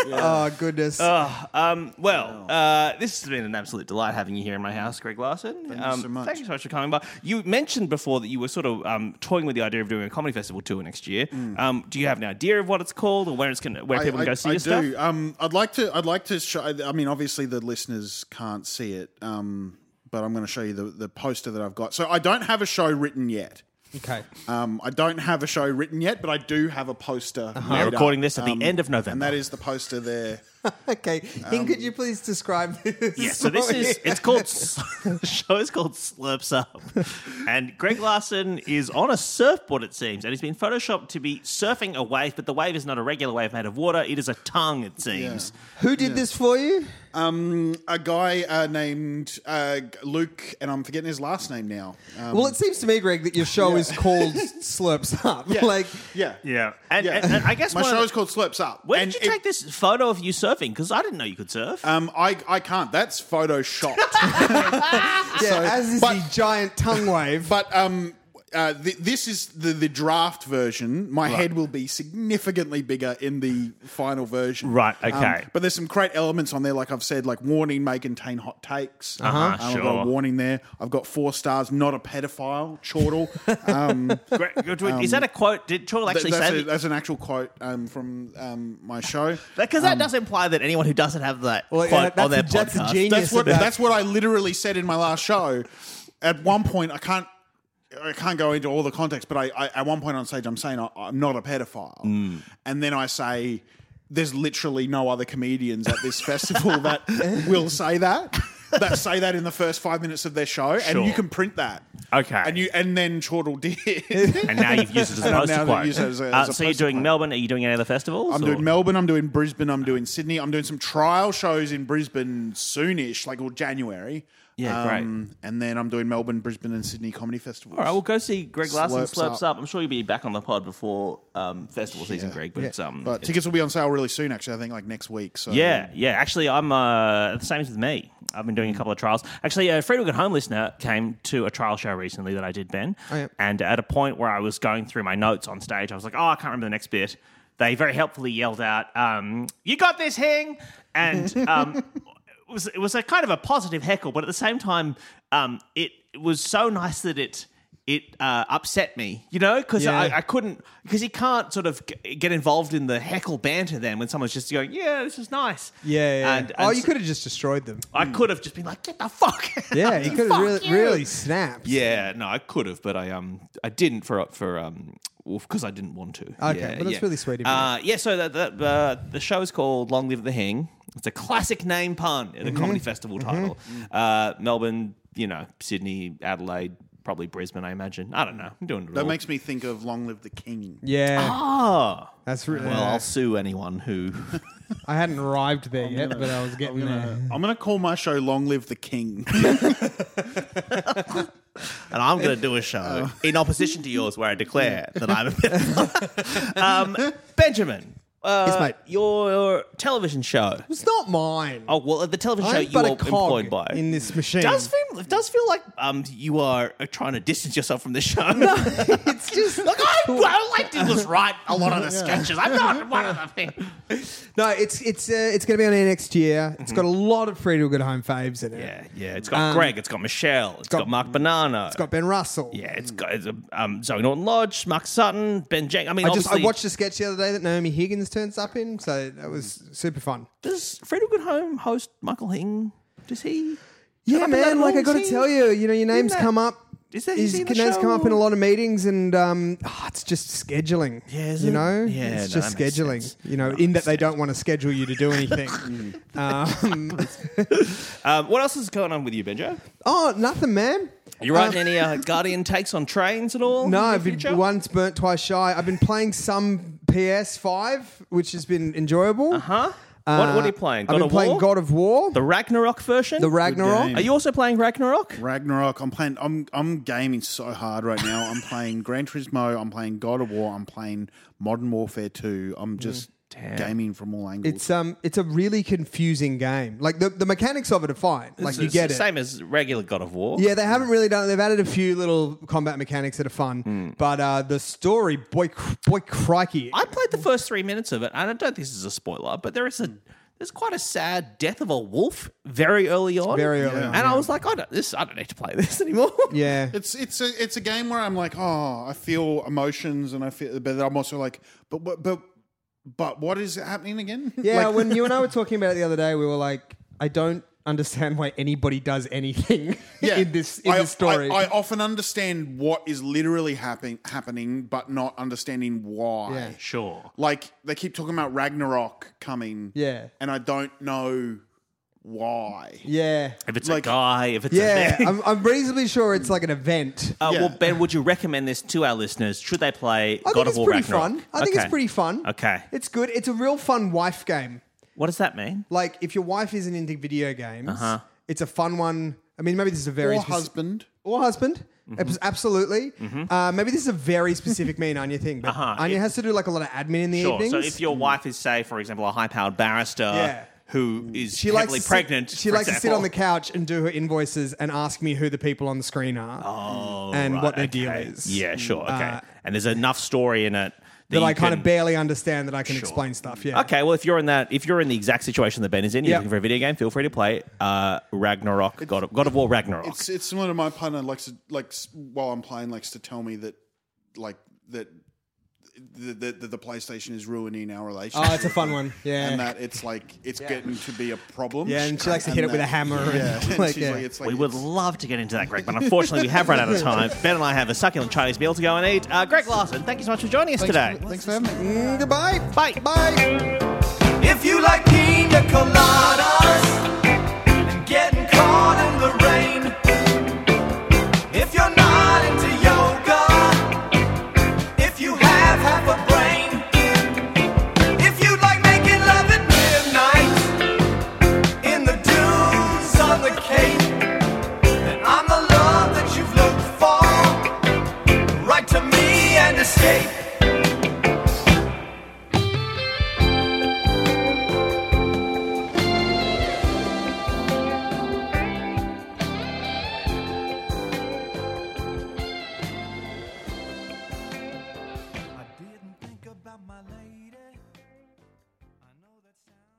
Speaker 1: Oh goodness.
Speaker 2: Um, well, uh, this has been an absolute delight having you here in my house, Greg Larson. Thank
Speaker 3: you so much.
Speaker 2: Thank you so much for coming by. You mentioned before that you were sort of um, toying with the idea of doing a comedy festival tour next year.
Speaker 3: Mm.
Speaker 2: Um, do you have an idea of what it's called or where it's going, where people can go see your stuff?
Speaker 3: do. Um, I'd like to. I'd like to show. I mean, obviously the listeners can't see it, um, but I'm going to show you the, the poster that I've got. So I don't have a show written yet.
Speaker 1: okay.
Speaker 2: uh,
Speaker 3: Um, I don't have a show written yet, but I do have a poster. made
Speaker 2: Uh-huh. We're
Speaker 3: up. um,
Speaker 2: recording this at the end of
Speaker 3: and
Speaker 2: November.
Speaker 3: that is the poster there.
Speaker 1: Okay. Ian, could you please describe this?
Speaker 2: um, Yeah, so this
Speaker 1: story?
Speaker 2: is it's called the show is called Slurps Up, and Greg Larson is on a surfboard it seems, and he's been photoshopped to be surfing a wave, but the wave is not a regular wave made of water; it is a tongue it seems.
Speaker 1: Who did this for you?
Speaker 3: A guy uh, named uh, Luke, and I'm forgetting his last name now. Um,
Speaker 1: well, it seems to me, Greg, that your show is called Slurps Up. Like,
Speaker 3: yeah,
Speaker 2: Yeah, and,
Speaker 3: Yeah.
Speaker 2: and- and I guess
Speaker 3: My
Speaker 2: one of
Speaker 3: show
Speaker 2: the-
Speaker 3: is called Slurps Up.
Speaker 2: Where
Speaker 3: and
Speaker 2: did
Speaker 3: it-
Speaker 2: you take this photo of you surfing? Because I didn't know you could surf.
Speaker 3: Um, I I can't. That's photoshopped.
Speaker 1: yeah, as is
Speaker 3: but-
Speaker 1: the giant tongue wave.
Speaker 3: But um, uh, th- this is the, the draft version. My head will be significantly bigger in the final version.
Speaker 2: Right,
Speaker 3: Um,
Speaker 2: okay.
Speaker 3: but there's some great elements on there, like I've said, like warning may contain hot takes. Uh-huh, I've got
Speaker 2: sure.
Speaker 3: a warning there. I've got four stars. Not a pedophile. Chortle. um,
Speaker 2: Greg- is that a quote? Did Chortle
Speaker 3: th-
Speaker 2: actually
Speaker 3: that's,
Speaker 2: say
Speaker 3: a-
Speaker 2: that?
Speaker 3: that's an actual quote um, from um, my show.
Speaker 2: Because
Speaker 3: um,
Speaker 2: that does imply that anyone who doesn't have that
Speaker 1: Well, yeah,
Speaker 2: quote on their
Speaker 1: that's a- that's a
Speaker 2: podcast.
Speaker 1: genius.
Speaker 3: That's what.
Speaker 1: about-
Speaker 3: That's what I literally said in my last show. At one point, I can't. I can't go into all the context, but I, I at one point on stage, I'm saying I, I'm not a pedophile,
Speaker 2: Mm.
Speaker 3: and then I say, "There's literally no other comedians at this festival that will say that." That say that in the first five minutes of their show, and you
Speaker 2: Sure.
Speaker 3: can print that.
Speaker 2: Okay.
Speaker 3: and you and then Chortle did.
Speaker 2: and now you've used it as a
Speaker 3: And I've
Speaker 2: poster
Speaker 3: now
Speaker 2: quote.
Speaker 3: used it as a-
Speaker 2: Uh,
Speaker 3: as a
Speaker 2: so you're
Speaker 3: poster
Speaker 2: doing
Speaker 3: quote.
Speaker 2: Melbourne? Are you doing any other festivals?
Speaker 3: I'm
Speaker 2: or-
Speaker 3: doing Melbourne. I'm doing Brisbane. I'm doing Sydney. I'm doing some trial shows in Brisbane soonish, like or January.
Speaker 2: Yeah, great.
Speaker 3: great. And then I'm doing Melbourne, Brisbane, and Sydney comedy festivals.
Speaker 2: All right, we'll go see Greg Larson
Speaker 3: Slurps
Speaker 2: slurps up.
Speaker 3: Up.
Speaker 2: I'm sure you'll be back on the pod before um, festival season, Greg. But, it's, um,
Speaker 3: But tickets will be on sale really soon. Actually, I think like next week. So
Speaker 2: Yeah, yeah. Actually, I'm uh, the same as with me. I've been doing a couple of trials. Actually, uh, a Freedom at Home listener came to a trial show recently that I did, Ben.
Speaker 1: yeah.
Speaker 2: And at a point where I was going through my notes on stage, I was like, oh, I can't remember the next bit. They very helpfully yelled out, um, "You got this, Hing!" And um, it was it was a kind of a positive heckle, but at the same time, um, it, it was so nice that it. It uh, upset me, you know, because
Speaker 1: Yeah.
Speaker 2: I, I couldn't because you can't sort of g- get involved in the heckle banter then when someone's just going, yeah, this is nice.
Speaker 1: yeah, yeah.
Speaker 2: And,
Speaker 1: oh,
Speaker 2: and
Speaker 1: you
Speaker 2: so-
Speaker 1: could have just destroyed them.
Speaker 2: I could have just been like, get the fuck. out."
Speaker 1: Yeah, you could have
Speaker 2: Fuck
Speaker 1: really,
Speaker 2: you.
Speaker 1: really snapped.
Speaker 2: Yeah, no, I could have, but I um I didn't for for um because I didn't want to. Okay,
Speaker 1: well, that's really sweet of you.
Speaker 2: Uh, yeah, so that, that uh, the show is called Long Live the Hing. It's a classic name pun
Speaker 1: Mm-hmm.
Speaker 2: in a comedy festival title.
Speaker 1: Mm.
Speaker 2: Uh, Melbourne, you know, Sydney, Adelaide, probably Brisbane. I imagine. I don't know. I'm doing it.
Speaker 3: that
Speaker 2: all.
Speaker 3: makes me think of Long Live the King.
Speaker 1: Yeah,
Speaker 2: Oh.
Speaker 1: that's really.
Speaker 2: Well, I'll sue anyone who.
Speaker 1: I hadn't arrived there yet, but I was getting there.
Speaker 3: I'm gonna call my show Long Live the King.
Speaker 2: and I'm going to do a show in opposition to yours where I declare that I'm a pedophile. um, Benjamin, uh,
Speaker 1: Yes, mate.
Speaker 2: your television show.
Speaker 1: It's not mine.
Speaker 2: Oh well, the television
Speaker 1: I'm
Speaker 2: show
Speaker 1: but
Speaker 2: you
Speaker 1: a
Speaker 2: are
Speaker 1: cog
Speaker 2: employed by
Speaker 1: in this machine.
Speaker 2: does feel it does feel like um you are uh, trying to distance yourself from the show.
Speaker 1: it's just
Speaker 6: Look, I, all I did was write a lot of the sketches. I'm not one of the things.
Speaker 1: no. It's it's uh, it's going to be on here next year. It's got a lot of free to good home faves in it.
Speaker 2: Mm-hmm. yeah, yeah. It's got Greg. It's got Michelle. it's Um, got,
Speaker 1: got-
Speaker 2: Mark Banana.
Speaker 1: It's got Ben Russell.
Speaker 2: yeah, it's got it's, um, Zoe Norton Lodge, Mark Sutton, Ben Jenk. I mean,
Speaker 1: I just I
Speaker 2: obviously-
Speaker 1: watched a sketch the other day that Naomi Higgins turns up in, so that was super fun.
Speaker 2: Does Fredo Good Home host Michael Hing? Does he?
Speaker 1: Yeah,
Speaker 2: up in that
Speaker 1: man. Like I
Speaker 2: long
Speaker 1: got to
Speaker 2: scene?
Speaker 1: tell you, you know, your name's
Speaker 2: oh, that-
Speaker 1: come up.
Speaker 2: is that-
Speaker 1: his
Speaker 2: is he in the
Speaker 1: name's
Speaker 2: show?
Speaker 1: come up in a lot of meetings, and um, ah, it's just scheduling. Yeah,
Speaker 2: is
Speaker 1: you
Speaker 2: it?
Speaker 1: know,
Speaker 2: Yeah,
Speaker 1: it's
Speaker 2: no,
Speaker 1: just
Speaker 2: that makes
Speaker 1: scheduling.
Speaker 2: sense.
Speaker 1: You know, in that they don't want to schedule you to do anything. um,
Speaker 2: Um, what else is going on with you, Benjo?
Speaker 1: oh, nothing, man.
Speaker 2: You writing any uh, Guardian takes on trains at all?
Speaker 1: Um, No,
Speaker 2: in the
Speaker 1: I've been
Speaker 2: future?
Speaker 1: once burnt, twice shy. I've been playing some PS5, which has been enjoyable.
Speaker 2: Huh? Uh-huh. what, what are you playing? God
Speaker 1: uh, I've been
Speaker 2: of
Speaker 1: playing
Speaker 2: War?
Speaker 1: God of War,
Speaker 2: the Ragnarok version.
Speaker 1: the Ragnarok.
Speaker 2: Are you also playing Ragnarok?
Speaker 3: Ragnarok. I'm playing. I'm I'm gaming so hard right now. I'm playing Gran Turismo. I'm playing God of War. I'm playing Modern Warfare Two. I'm
Speaker 2: Mm,
Speaker 3: just gaming from all angles.
Speaker 1: It's um, it's a really confusing game. Like the, the mechanics of it are fine. Like you get it.
Speaker 2: Same as regular God of War.
Speaker 1: Yeah, they haven't really done. They've added a few little combat mechanics that are fun,
Speaker 2: Hmm.
Speaker 1: but uh, the story, boy, cr- boy, crikey!
Speaker 2: I played the first three minutes of it, and I don't think this is a spoiler, but there is a there's quite a sad death of a wolf very early on.
Speaker 1: Very early on,
Speaker 2: and I was like, I don't this I don't need to play this anymore.
Speaker 1: yeah,
Speaker 3: It's it's a it's a game where I'm like, oh, I feel emotions, and I feel, but I'm also like, but what, but but what is happening again?
Speaker 1: yeah.
Speaker 3: Like,
Speaker 1: when you and I were talking about it the other day, we were like, I don't understand why anybody does anything in this in
Speaker 3: I,
Speaker 1: this story.
Speaker 3: I, I often understand what is literally happening, happening, but not understanding why.
Speaker 1: Yeah.
Speaker 6: Sure.
Speaker 3: Like they keep talking about Ragnarok coming.
Speaker 1: Yeah.
Speaker 3: and I don't know why.
Speaker 1: yeah,
Speaker 6: If it's
Speaker 3: Like-
Speaker 6: a guy, if it's
Speaker 1: yeah.
Speaker 6: a man.
Speaker 1: I'm, I'm reasonably sure it's like an event.
Speaker 2: Uh,
Speaker 3: Yeah.
Speaker 2: Well, Ben, would you recommend this to our listeners? Should they play
Speaker 1: I
Speaker 2: God
Speaker 1: think
Speaker 2: of
Speaker 1: it's
Speaker 2: War
Speaker 1: pretty
Speaker 2: Ragnarok?
Speaker 1: fun. I think it's
Speaker 2: Okay.
Speaker 1: pretty fun.
Speaker 2: Okay.
Speaker 1: it's good. It's a real fun wife game.
Speaker 2: What does that mean?
Speaker 1: Like if your wife isn't into video games,
Speaker 2: Uh-huh.
Speaker 1: it's a fun one. I mean, maybe this is a very
Speaker 3: Or
Speaker 1: specific-
Speaker 3: husband.
Speaker 1: or husband.
Speaker 2: Mm-hmm.
Speaker 1: Abs- Absolutely. Uh, maybe this is a very specific me and Anya thing, but Anya has to do like a lot of admin in the
Speaker 2: Uh-huh. Sure.
Speaker 1: evenings.
Speaker 2: So if your wife is, say, for example, a high-powered barrister
Speaker 1: Yeah.
Speaker 2: who is
Speaker 1: she likes
Speaker 2: heavily
Speaker 1: to sit-
Speaker 2: pregnant,
Speaker 1: she
Speaker 2: for
Speaker 1: likes to sit
Speaker 2: example.
Speaker 1: on the couch and do her invoices and ask me who the people on the screen are oh, and
Speaker 2: Right,
Speaker 1: what their deal
Speaker 2: okay.
Speaker 1: is.
Speaker 2: Yeah, sure. Okay.
Speaker 1: Uh,
Speaker 2: and there's enough story in it that,
Speaker 1: that
Speaker 2: you
Speaker 1: I kind
Speaker 2: can-
Speaker 1: of barely understand that I can explain stuff. Yeah.
Speaker 2: Okay, well, if you're in that, if you're in the exact situation that Ben is in, you're
Speaker 1: Yep.
Speaker 2: looking for a video game, feel free to play uh, Ragnarok, God of, God of War Ragnarok.
Speaker 3: It's it's similar to my partner likes to like s- while I'm playing likes to tell me that like that the the, the, the PlayStation is ruining our relationship.
Speaker 1: Oh, it's a fun one. Yeah.
Speaker 3: And that it's like it's getting to be a problem.
Speaker 1: Yeah, and she likes to hit it with a hammer and,
Speaker 3: and
Speaker 1: like,
Speaker 3: she's
Speaker 1: yeah.
Speaker 3: like, it's like
Speaker 6: We would
Speaker 3: it's-
Speaker 6: love to get into that, Greg, but unfortunately we have run out of time. Ben and I have a succulent Chinese meal to go and eat. Uh, Greg Larson, thank you so much for joining us today.
Speaker 3: Thanks for having me.
Speaker 1: Mm, goodbye.
Speaker 6: Bye.
Speaker 1: Bye.
Speaker 7: If you like pina coladas and getting caught in the rain, if you're not into yoga, if you have half a brain, if you like making love at midnight in the dunes on the cape, then I'm the love that you've looked for. Write to me and escape. I didn't think about my lady. I know that sounds.